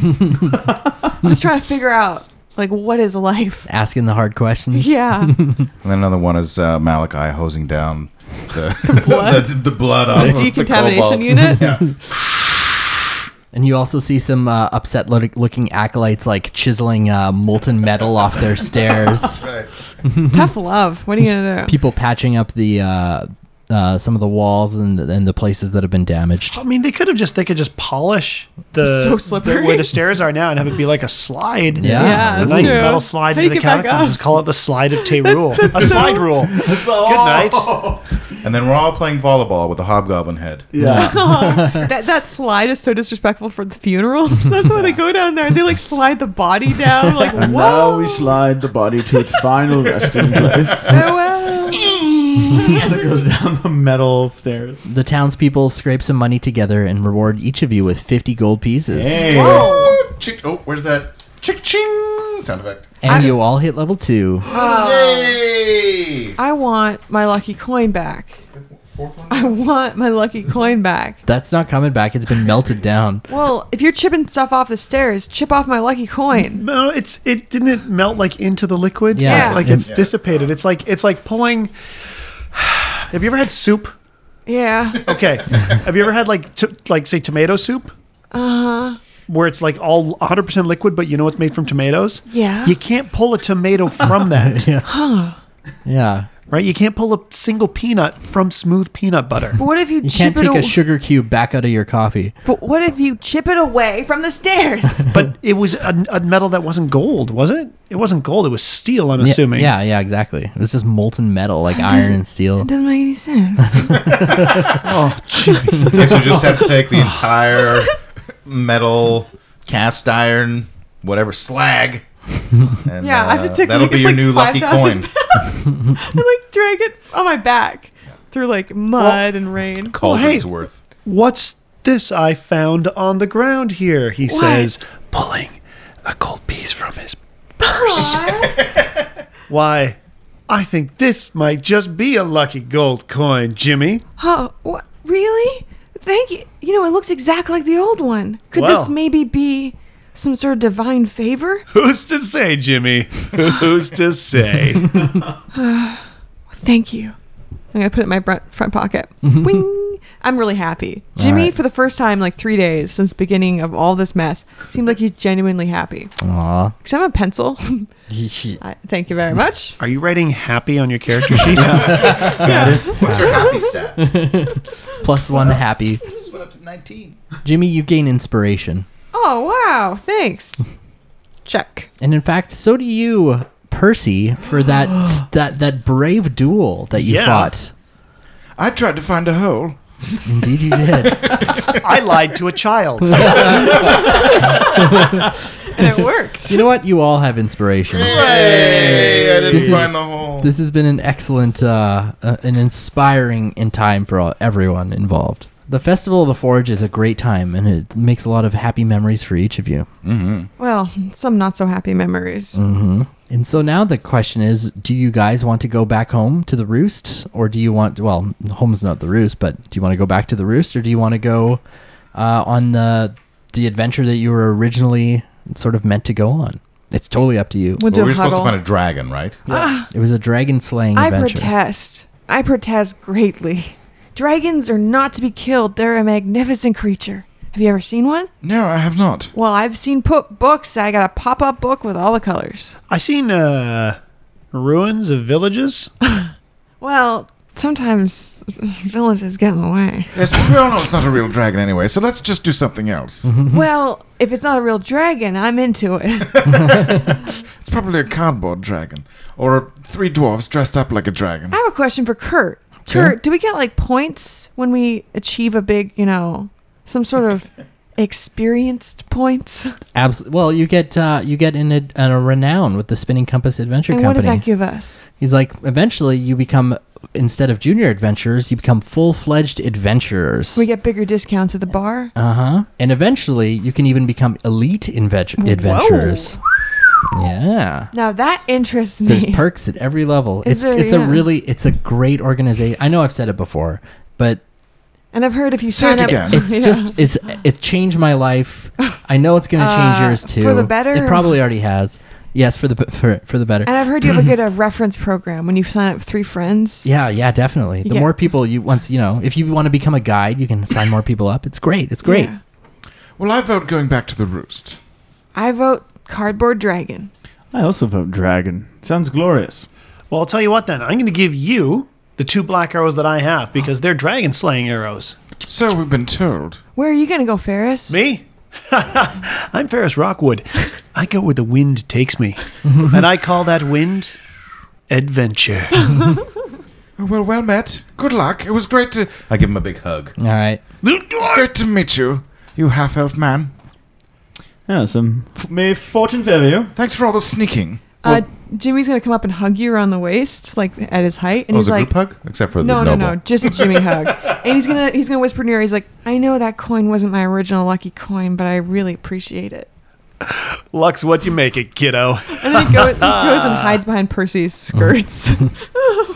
[SPEAKER 1] just trying to figure out like what is life?
[SPEAKER 4] Asking the hard questions.
[SPEAKER 5] [LAUGHS]
[SPEAKER 1] Yeah.
[SPEAKER 3] And then another one is uh, Malachi hosing down the,
[SPEAKER 1] [LAUGHS]
[SPEAKER 3] [LAUGHS]
[SPEAKER 1] blood?
[SPEAKER 3] the, the blood off of the
[SPEAKER 1] Decontamination
[SPEAKER 3] cobalt.
[SPEAKER 5] [LAUGHS]
[SPEAKER 1] unit.
[SPEAKER 3] Yeah.
[SPEAKER 4] And you also see some uh, upset lo- looking acolytes like chiseling uh, molten metal off their stairs.
[SPEAKER 3] Right.
[SPEAKER 1] Tough love. What are you going to do?
[SPEAKER 4] People patching up the uh, uh, some of the walls and and the places that have been damaged.
[SPEAKER 5] I mean, they could have just they could just polish the,
[SPEAKER 1] So slippery.
[SPEAKER 5] the- where the stairs are now and have it be like a slide.
[SPEAKER 4] Yeah.
[SPEAKER 1] Yeah,
[SPEAKER 5] a
[SPEAKER 1] that's
[SPEAKER 5] Ah, nice
[SPEAKER 1] true.
[SPEAKER 5] metal slide
[SPEAKER 1] How do
[SPEAKER 5] into
[SPEAKER 1] you get
[SPEAKER 5] the
[SPEAKER 1] back
[SPEAKER 5] catacombs.
[SPEAKER 1] up?
[SPEAKER 5] Just call it the slide of Tay Rule. a slide rule. Good
[SPEAKER 1] Oh.
[SPEAKER 5] night.
[SPEAKER 3] And then we're all playing volleyball with a hobgoblin head.
[SPEAKER 2] Yeah.
[SPEAKER 1] [LAUGHS] that, that slide is so disrespectful for the funerals. [LAUGHS] That's why they go down there and they like slide the body
[SPEAKER 3] [LAUGHS]
[SPEAKER 1] down. Like,
[SPEAKER 2] And
[SPEAKER 1] whoa.
[SPEAKER 2] now we slide the body to its
[SPEAKER 1] [LAUGHS]
[SPEAKER 2] final resting place
[SPEAKER 1] farewell.
[SPEAKER 2] as it goes down the metal stairs.
[SPEAKER 4] The townspeople scrape some money together and reward each of you with 50 gold pieces.
[SPEAKER 2] Hey.
[SPEAKER 3] Oh, chick, oh where's that chick ching sound effect?
[SPEAKER 4] And you all hit level two.
[SPEAKER 1] Oh.
[SPEAKER 3] Yay!
[SPEAKER 1] I want my lucky coin back.
[SPEAKER 3] Fourth one?
[SPEAKER 1] I want my lucky coin back.
[SPEAKER 4] That's not coming back. It's been melted down.
[SPEAKER 1] Well, if you're chipping stuff off the stairs, chip off my lucky coin.
[SPEAKER 5] No, it's it didn't it melt like into the liquid.
[SPEAKER 4] Yeah.
[SPEAKER 1] Yeah.
[SPEAKER 5] like it's dissipated. It's like it's like pulling. [SIGHS] Have you ever had soup?
[SPEAKER 1] Yeah.
[SPEAKER 5] Okay. Have you ever had like t- like say tomato soup? Uh huh. Where it's like all 100% liquid, but you know it's made from tomatoes.
[SPEAKER 1] Yeah.
[SPEAKER 5] You can't pull a tomato from that,
[SPEAKER 4] Yeah.
[SPEAKER 5] right? You can't pull a single peanut from smooth peanut butter.
[SPEAKER 1] But what if you,
[SPEAKER 4] You
[SPEAKER 1] chip
[SPEAKER 4] can't
[SPEAKER 1] it
[SPEAKER 4] take
[SPEAKER 1] away?
[SPEAKER 4] a sugar cube back out of your coffee.
[SPEAKER 1] but what if you chip it away from the [LAUGHS] stairs?
[SPEAKER 5] But it was a, a metal that wasn't gold, was it? It wasn't gold. It was steel. I'm assuming.
[SPEAKER 4] Yeah, yeah, exactly. It was just molten metal, like
[SPEAKER 1] doesn't-
[SPEAKER 4] iron and steel.
[SPEAKER 1] Doesn't make any sense.
[SPEAKER 3] Guess you just have to take the entire metal, cast iron, whatever slag. And, uh,
[SPEAKER 1] Yeah, I have to take.
[SPEAKER 3] That'll
[SPEAKER 1] like,
[SPEAKER 3] be
[SPEAKER 1] it's
[SPEAKER 3] your
[SPEAKER 1] like
[SPEAKER 3] new lucky
[SPEAKER 1] 5,000
[SPEAKER 3] coin.
[SPEAKER 1] pounds. [LAUGHS] and like drag it on my back through like mud and rain.
[SPEAKER 3] Call
[SPEAKER 5] Well, Oh, hey.
[SPEAKER 3] it's worth.
[SPEAKER 5] What's this I found on the ground here? He says, pulling a gold piece from his.
[SPEAKER 1] Aw.
[SPEAKER 5] Why? I think this might just be a lucky gold coin, Jimmy.
[SPEAKER 1] oh, what? Really? Thank you. You know, it looks exactly like the old one. Could this
[SPEAKER 5] Wow.
[SPEAKER 1] maybe be some sort of divine favor?
[SPEAKER 5] Who's to say, Jimmy? Who's to say?
[SPEAKER 1] Thank you. I'm gonna put it in my front, front
[SPEAKER 3] [LAUGHS]
[SPEAKER 1] pocket. Wing. I'm really happy. Jimmy,
[SPEAKER 4] right.
[SPEAKER 1] for the first time, like three days since beginning of all this mess, seemed like he's genuinely happy.
[SPEAKER 4] Aw.
[SPEAKER 1] Because I'm a pencil. [LAUGHS] I, thank you very much.
[SPEAKER 5] [LAUGHS] Are you writing happy on your character sheet?
[SPEAKER 2] Status.
[SPEAKER 3] What's your happy stat?
[SPEAKER 4] Plus one happy.
[SPEAKER 3] [LAUGHS] This went up to 19.
[SPEAKER 4] Jimmy, you gain inspiration.
[SPEAKER 1] Oh wow!
[SPEAKER 3] [LAUGHS]
[SPEAKER 1] Thanks. Check.
[SPEAKER 4] And in fact, so do you, Percy, for that s- that that brave duel that you
[SPEAKER 5] Yeah.
[SPEAKER 4] fought.
[SPEAKER 3] I tried to find a hole.
[SPEAKER 4] Indeed you did.
[SPEAKER 5] [LAUGHS] I lied to a child.
[SPEAKER 1] And it works.
[SPEAKER 3] [LAUGHS]
[SPEAKER 4] you know what? You all have inspiration.
[SPEAKER 3] Hey, I didn't
[SPEAKER 4] This is-
[SPEAKER 3] find the hole.
[SPEAKER 4] This has been an excellent, uh, uh, an inspiring in time for all, everyone involved. The Festival of the Forge is a great time, and it makes a lot of happy memories for each of you.
[SPEAKER 1] Well, some not so happy memories.
[SPEAKER 3] Mm,
[SPEAKER 4] And so now the question is: Do you guys want to go back home to the roost, or do you want? Well, home's not the roost, but do you want to go back to the roost, or do you want to go uh, on the the adventure that you were originally sort of meant to go on? It's totally up to you.
[SPEAKER 1] We'll
[SPEAKER 3] Well,
[SPEAKER 1] do
[SPEAKER 3] we
[SPEAKER 1] a
[SPEAKER 3] were supposed to
[SPEAKER 1] huddle.
[SPEAKER 3] find a dragon, right?
[SPEAKER 4] It was a dragon slaying
[SPEAKER 1] I
[SPEAKER 4] adventure.
[SPEAKER 1] protest. I protest greatly. Dragons are not to be killed. They're a magnificent creature. Have you ever seen one?
[SPEAKER 3] No, I have not.
[SPEAKER 1] Well, I've seen put books. I got a pop-up book with all the colors.
[SPEAKER 5] I seen uh, ruins of villages.
[SPEAKER 1] Well, sometimes [LAUGHS] villages get in the way.
[SPEAKER 3] Yes, but we all know it's not a real dragon anyway, so let's just do something else.
[SPEAKER 4] Mm-hmm.
[SPEAKER 1] well, if it's not a real dragon, I'm into
[SPEAKER 4] [LAUGHS]
[SPEAKER 1] it.
[SPEAKER 3] It's probably a cardboard dragon. Or three dwarves dressed up like a dragon.
[SPEAKER 1] I have a question for Kurt.
[SPEAKER 4] Sure.
[SPEAKER 1] Kurt, do we get like points when we achieve a big, you know, some sort
[SPEAKER 4] [LAUGHS]
[SPEAKER 1] of experienced points?
[SPEAKER 4] Abs- well, you get uh, you get in a, in a renown with the Spinning Compass Adventure
[SPEAKER 1] and
[SPEAKER 4] Company.
[SPEAKER 1] what does that give us?
[SPEAKER 4] He's like, eventually you become instead of junior adventurers, you become full fledged adventurers.
[SPEAKER 1] We get bigger discounts at the bar.
[SPEAKER 4] uh huh. And eventually, you can even become elite inve- adventurers. Yeah.
[SPEAKER 1] Now that interests me. [LAUGHS]
[SPEAKER 4] There's perks at every level.
[SPEAKER 1] Is
[SPEAKER 4] It's
[SPEAKER 1] there-
[SPEAKER 4] it's
[SPEAKER 1] yeah.
[SPEAKER 4] a really it's a great organization. I know I've said it before,
[SPEAKER 1] [LAUGHS]
[SPEAKER 4] but
[SPEAKER 1] and I've heard if you
[SPEAKER 3] Say
[SPEAKER 1] sign
[SPEAKER 3] it
[SPEAKER 1] up,
[SPEAKER 3] again.
[SPEAKER 1] [LAUGHS]
[SPEAKER 4] it's
[SPEAKER 1] Yeah.
[SPEAKER 4] just it's it changed my life. I know it's going to change
[SPEAKER 1] Uh,
[SPEAKER 4] yours too.
[SPEAKER 1] for the better?
[SPEAKER 4] It probably already has. Yes, for the b- for for the better.
[SPEAKER 1] And I've heard you have a good uh, reference program when you sign up three friends.
[SPEAKER 4] Yeah, yeah, definitely. The
[SPEAKER 1] Yeah.
[SPEAKER 4] more people you once you know, if you want to become a guide, you can sign more people up. It's great. It's great.
[SPEAKER 1] Yeah.
[SPEAKER 3] Well, I vote going back to the roost.
[SPEAKER 1] I vote cardboard dragon.
[SPEAKER 2] I also vote dragon. Sounds glorious.
[SPEAKER 5] Well, I'll tell you what then. I'm going to give you the two black arrows that I have because they're dragon slaying arrows.
[SPEAKER 3] So we've been told.
[SPEAKER 1] Where are you gonna go, Ferris?
[SPEAKER 5] Me? [LAUGHS] I'm Ferris Rockwood. I go where the wind takes me. and I call that wind adventure.
[SPEAKER 3] Oh, well, well met. Good luck. It was great to. I give him a big hug.
[SPEAKER 4] All right.
[SPEAKER 3] It's great to meet you, you half elf man.
[SPEAKER 2] Yeah, some f- may fortune favor you.
[SPEAKER 3] Thanks for all Oh, the sneaking.
[SPEAKER 1] Uh, Jimmy's gonna come up and hug you around the waist, like at his height, and
[SPEAKER 3] oh,
[SPEAKER 1] he's
[SPEAKER 3] was it a
[SPEAKER 1] like,
[SPEAKER 3] group hug? Except for
[SPEAKER 1] "No,
[SPEAKER 3] the
[SPEAKER 1] no,
[SPEAKER 3] noble.
[SPEAKER 1] no, just a
[SPEAKER 3] [LAUGHS]
[SPEAKER 1] Jimmy hug." And he's gonna he's gonna whisper in your ear. He's like, "I know that coin wasn't my original lucky coin, but I really appreciate it."
[SPEAKER 5] [LAUGHS] Lux, what you make it, kiddo?
[SPEAKER 1] And then he, go, he goes
[SPEAKER 3] [LAUGHS]
[SPEAKER 1] and hides behind Percy's
[SPEAKER 4] [LAUGHS]
[SPEAKER 1] skirts.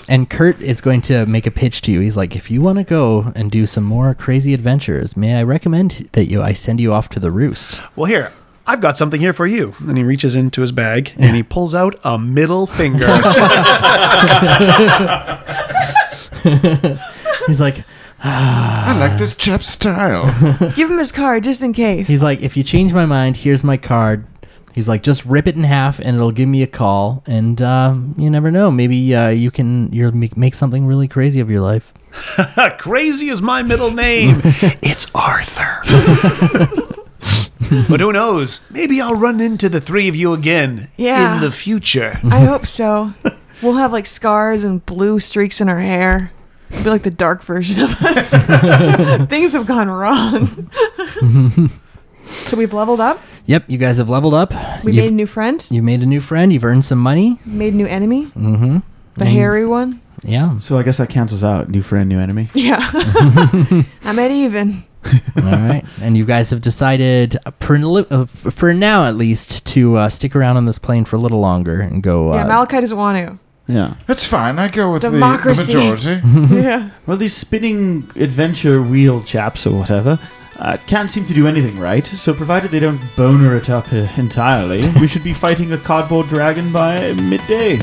[SPEAKER 4] And Kurt is going to make a pitch to you. He's like, "If you want to go and do some more crazy adventures, may I recommend that you I send you off to the roost?"
[SPEAKER 5] Well, here, I've got something here for you. And he reaches into his bag and he pulls out a middle finger.
[SPEAKER 4] He's like,
[SPEAKER 3] I like this chap's style.
[SPEAKER 1] Give him his card just in case.
[SPEAKER 4] he's like, "If you change my mind, here's my card." He's like, "Just rip it in half, and it'll give me a call." And uh, you never know, maybe uh, you can you'll make, make something really crazy of your life.
[SPEAKER 5] [LAUGHS] Crazy is my middle name. [LAUGHS] it's [LAUGHS] Arthur. but who knows? Maybe I'll run into the three of you again
[SPEAKER 1] Yeah.
[SPEAKER 5] in the future.
[SPEAKER 1] I hope so. We'll have like scars and blue streaks in our hair. It'll be like the dark version of us. Things have gone wrong. so we've leveled up.
[SPEAKER 4] Yep, you guys have leveled up.
[SPEAKER 1] We
[SPEAKER 4] you've,
[SPEAKER 1] made a new friend.
[SPEAKER 4] you've made a new friend. You've earned some money.
[SPEAKER 1] Made a new enemy.
[SPEAKER 4] Mm-hmm.
[SPEAKER 1] The hairy one.
[SPEAKER 4] Yeah.
[SPEAKER 2] So I guess that cancels out. New friend, new enemy.
[SPEAKER 1] Yeah. [LAUGHS] I'm at even.
[SPEAKER 4] All right. And you guys have decided, uh, preli- uh, f- for now at least, to uh, stick around on this plane for a little longer and go. Uh,
[SPEAKER 1] Yeah, Malachi doesn't want
[SPEAKER 2] Yeah.
[SPEAKER 3] That's fine. I go with the, the
[SPEAKER 1] Democracy.
[SPEAKER 3] majority.
[SPEAKER 1] to. yeah.
[SPEAKER 2] Well, these spinning adventure wheel chaps or whatever uh, can't seem to do anything right. So provided they don't boner it up uh, entirely, we should be fighting a cardboard dragon by midday.